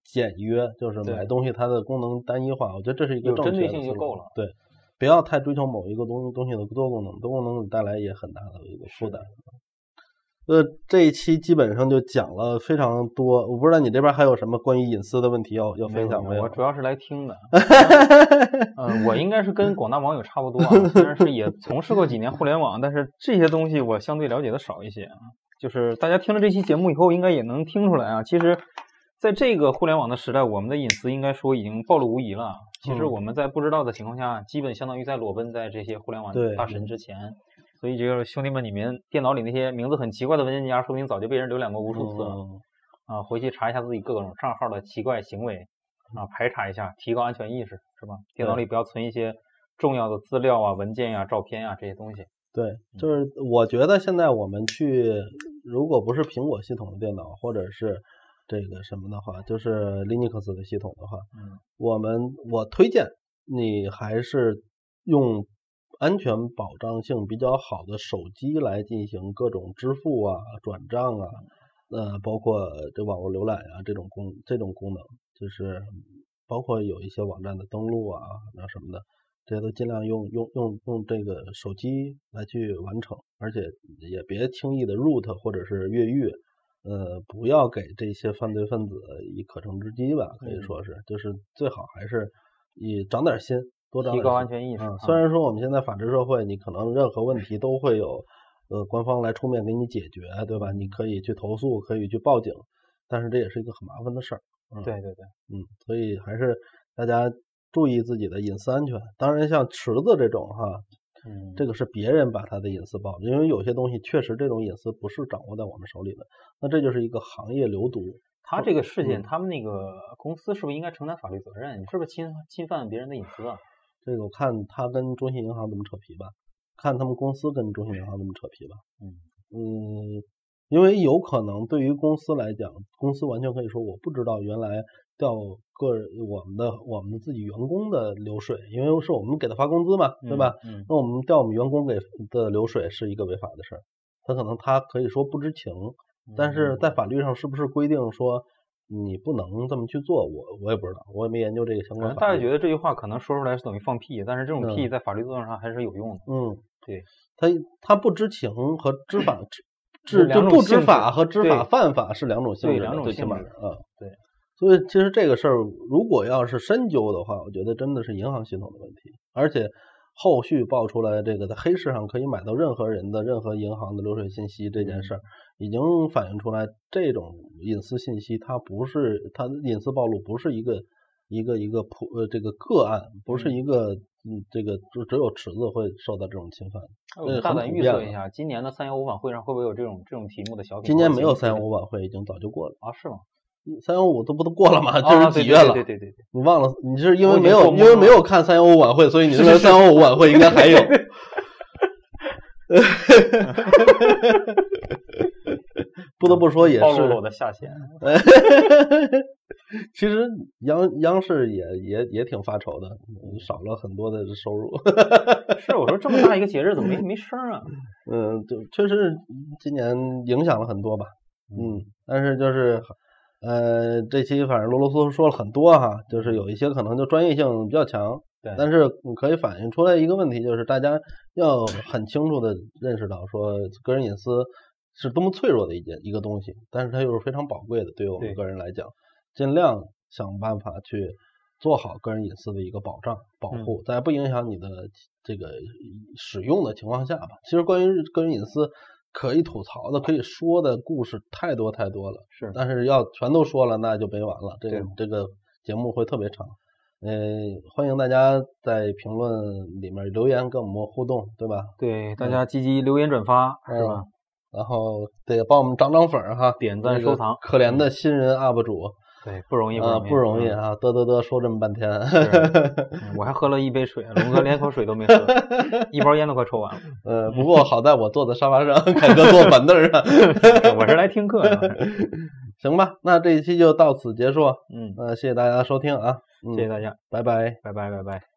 Speaker 1: 简约，就是
Speaker 2: 对
Speaker 1: 买东西它的功能单一化，我觉得这是一个
Speaker 2: 有
Speaker 1: 正
Speaker 2: 针
Speaker 1: 确
Speaker 2: 对
Speaker 1: 的
Speaker 2: 性就
Speaker 1: 思
Speaker 2: 够
Speaker 1: 路
Speaker 2: 了。
Speaker 1: 对。不要太追求某一个东东西的多功能，多功能带来也很大的一个负
Speaker 2: 是
Speaker 1: 担。呃，这一期基本上就讲了非常多，我不知道你这边还有什么关于隐私的问题要要
Speaker 2: 没
Speaker 1: 分
Speaker 2: 有
Speaker 1: 享
Speaker 2: 没
Speaker 1: 没
Speaker 2: 有
Speaker 1: 有
Speaker 2: 我？主要是来听
Speaker 1: <laughs>
Speaker 2: 的。嗯，我应该是跟广大网友差不多啊，虽然是也从事过几年互联网，但是这些东西我相对了解的少一些啊。就是大家听了这期节目以后，应该也能听出来啊，其实在这个互联网的时代，我们的隐私应该说已经暴露无遗了。其实
Speaker 1: 嗯
Speaker 2: 我们在不知道的情况下，基本相当于在裸奔在这些互联网
Speaker 1: 对
Speaker 2: 大神之前。所以，这个兄弟们，你们电脑里那些名字很奇怪的文件夹，说明早就被人浏览过无数次了。
Speaker 1: 嗯
Speaker 2: 啊，回去查一下自己各种账号的奇怪行为，啊，排查一下，提高安全意识，是吧？电脑
Speaker 1: 对
Speaker 2: 里不要存一些重要的资料啊、文件呀、照片呀这些东西。
Speaker 1: 对，
Speaker 2: 嗯
Speaker 1: 就是我觉得现在我们去，如果不是苹果系统的电脑，或者是这个什么的话，就是 Linux 的系统的话，
Speaker 2: 嗯，
Speaker 1: 我们我推荐你还是用安全保障性比较好的手机来进行各种支付啊、转账啊，呃，包括这网络浏览啊这种功这种功能，就是包括有一些网站的登录啊，那什么的，这些都尽量用用用用这个手机来去完成，而且也别轻易的 root 或者是越狱，呃，不要给这些犯罪分子以可乘之机吧，可以
Speaker 2: 嗯
Speaker 1: 说是，就是最好还是以长点心，多长
Speaker 2: 提
Speaker 1: 点
Speaker 2: 高
Speaker 1: 心
Speaker 2: 安全意识
Speaker 1: 嗯
Speaker 2: 啊，
Speaker 1: 虽然说我们现在法治社会，你可能任何问题都会有呃官方来出面给你解决，对吧？你可以去投诉，可以去报警，但是这也是一个很麻烦的事儿。嗯
Speaker 2: 对对对，
Speaker 1: 嗯，所以还是大家注意自己的隐私安全。当然，像池子这种哈，
Speaker 2: 嗯，
Speaker 1: 这个是别人把他的隐私暴露，因为有些东西确实这种隐私不是掌握在我们手里的，那这就是一个行业流毒。
Speaker 2: 他这个事件，
Speaker 1: 嗯
Speaker 2: 他们那个公司是不是应该承担法律责任？你是不是侵侵犯别人的隐私啊？
Speaker 1: 这个我看他跟中信银行怎么扯皮吧，看他们公司跟中信银行怎么扯皮吧。
Speaker 2: 嗯
Speaker 1: 嗯，因为有可能对于公司来讲，公司完全可以说我不知道原来调个人我们的我们自己员工的流水，因为是我们给他发工资嘛，对吧？？
Speaker 2: 嗯，
Speaker 1: 那我们调我们员工给的流水是一个违法的事
Speaker 2: 嗯
Speaker 1: 儿，他可能他可以说不知情，但是在法律上是不是规定说你不能这么去做，我我也不知道，我也没研究这个相
Speaker 2: 可
Speaker 1: 关
Speaker 2: 能
Speaker 1: 法律。
Speaker 2: 大家觉得这句话可能说出来是等于放屁，但是这种
Speaker 1: 嗯
Speaker 2: 屁在法律作用上还是有用的。
Speaker 1: 嗯，
Speaker 2: 对，
Speaker 1: 他他不知情和知法知
Speaker 2: <clears throat> 是
Speaker 1: 知
Speaker 2: 两
Speaker 1: 就
Speaker 2: 种
Speaker 1: 不知
Speaker 2: 性
Speaker 1: 法
Speaker 2: 质
Speaker 1: 和知法
Speaker 2: 对
Speaker 1: 犯法是两种性
Speaker 2: 对
Speaker 1: 质的，
Speaker 2: 两种
Speaker 1: 最起
Speaker 2: 性
Speaker 1: 码
Speaker 2: 质
Speaker 1: 啊，
Speaker 2: 对。
Speaker 1: 所以其实这个事儿，如果要是深究的话，我觉得真的是银行系统的问题，而且后续爆出来这个在黑市上可以买到任何人的任何银行的流水信息这
Speaker 2: 嗯
Speaker 1: 件事儿，已经反映出来，这种隐私信息它不是它的隐私暴露不是一个一个一个普呃这个个案，不是
Speaker 2: 嗯
Speaker 1: 一个嗯这个只只有池子会受到这种侵犯。
Speaker 2: 哎我
Speaker 1: 呃
Speaker 2: 大
Speaker 1: 很
Speaker 2: 胆
Speaker 1: 普
Speaker 2: 预
Speaker 1: 遍
Speaker 2: 测
Speaker 1: 了
Speaker 2: 一下，今年的三幺五晚会上会不会有这种这种题目的小品？
Speaker 1: 今年没有
Speaker 2: 或者
Speaker 1: 三
Speaker 2: 节
Speaker 1: 幺
Speaker 2: 目
Speaker 1: 五晚会，已经早就过了。嗯
Speaker 2: 啊？是吗？
Speaker 1: 三幺五都不都过了吗？这
Speaker 2: 啊
Speaker 1: 是
Speaker 2: 对
Speaker 1: 几
Speaker 2: 对
Speaker 1: 月了？
Speaker 2: 对对对对，
Speaker 1: 你忘了？你是因
Speaker 2: 我
Speaker 1: 为
Speaker 2: 已
Speaker 1: 没
Speaker 2: 经
Speaker 1: 有
Speaker 2: 做梦
Speaker 1: 因为
Speaker 2: 了
Speaker 1: 没有看三幺五晚会，所以你
Speaker 2: 是
Speaker 1: 认为
Speaker 2: 是是
Speaker 1: 三幺五晚会应该还
Speaker 2: <laughs>
Speaker 1: 有。不得不说也
Speaker 2: 暴露了我
Speaker 1: 是，
Speaker 2: 的下限。
Speaker 1: 其实央央视也也也挺发愁的，嗯少了很多的收入。
Speaker 2: 是，我说这么大一个节日怎么没
Speaker 1: <laughs>
Speaker 2: 没声儿啊？
Speaker 1: 嗯，就确实今年影响了很多吧。嗯，但是就是，呃，这期反正啰啰嗦嗦说了很多哈，就是有一些可能就专业性比较强，
Speaker 2: 对，
Speaker 1: 但是你可以反映出来一个问题，就是大家要很清楚的认识到，说个人隐私是多么脆弱的一件一个东西，但是它又是非常宝贵的，对于我们
Speaker 2: 对
Speaker 1: 个人来讲，尽量想办法去做好个人隐私的一个保障保
Speaker 2: 嗯
Speaker 1: 护，在不影响你的这个使用的情况下吧。其实关于个人隐私。可以吐槽的、可以说的故事太多太多了，
Speaker 2: 是
Speaker 1: 但是要全都说了，那就没完了。这个这
Speaker 2: 对
Speaker 1: 个节目会特别长。呃，欢迎大家在评论里面留言跟我们互动，对吧？
Speaker 2: 对大家积极留言转发是
Speaker 1: 嗯
Speaker 2: 吧？
Speaker 1: 然后得帮我们涨涨粉儿哈，
Speaker 2: 点赞
Speaker 1: 那个
Speaker 2: 收藏嗯
Speaker 1: 可怜的新人 UP 主
Speaker 2: 对，不容易
Speaker 1: 啊，不容易
Speaker 2: 嗯
Speaker 1: 啊，嘚嘚嘚说这么半天， <laughs>
Speaker 2: 嗯我还喝了一杯水，龙哥连口水都
Speaker 1: <laughs>
Speaker 2: 没喝，一包烟都快抽完了。 <laughs>
Speaker 1: 呃，不过好在我坐在沙发上，凯哥坐板凳儿上， <laughs>
Speaker 2: 我是来听课的。
Speaker 1: 行吧？那这一期就到此结束，
Speaker 2: 嗯，
Speaker 1: 呃，谢谢大家收听啊，嗯、
Speaker 2: 谢谢大家，
Speaker 1: 拜拜。
Speaker 2: 拜拜拜拜。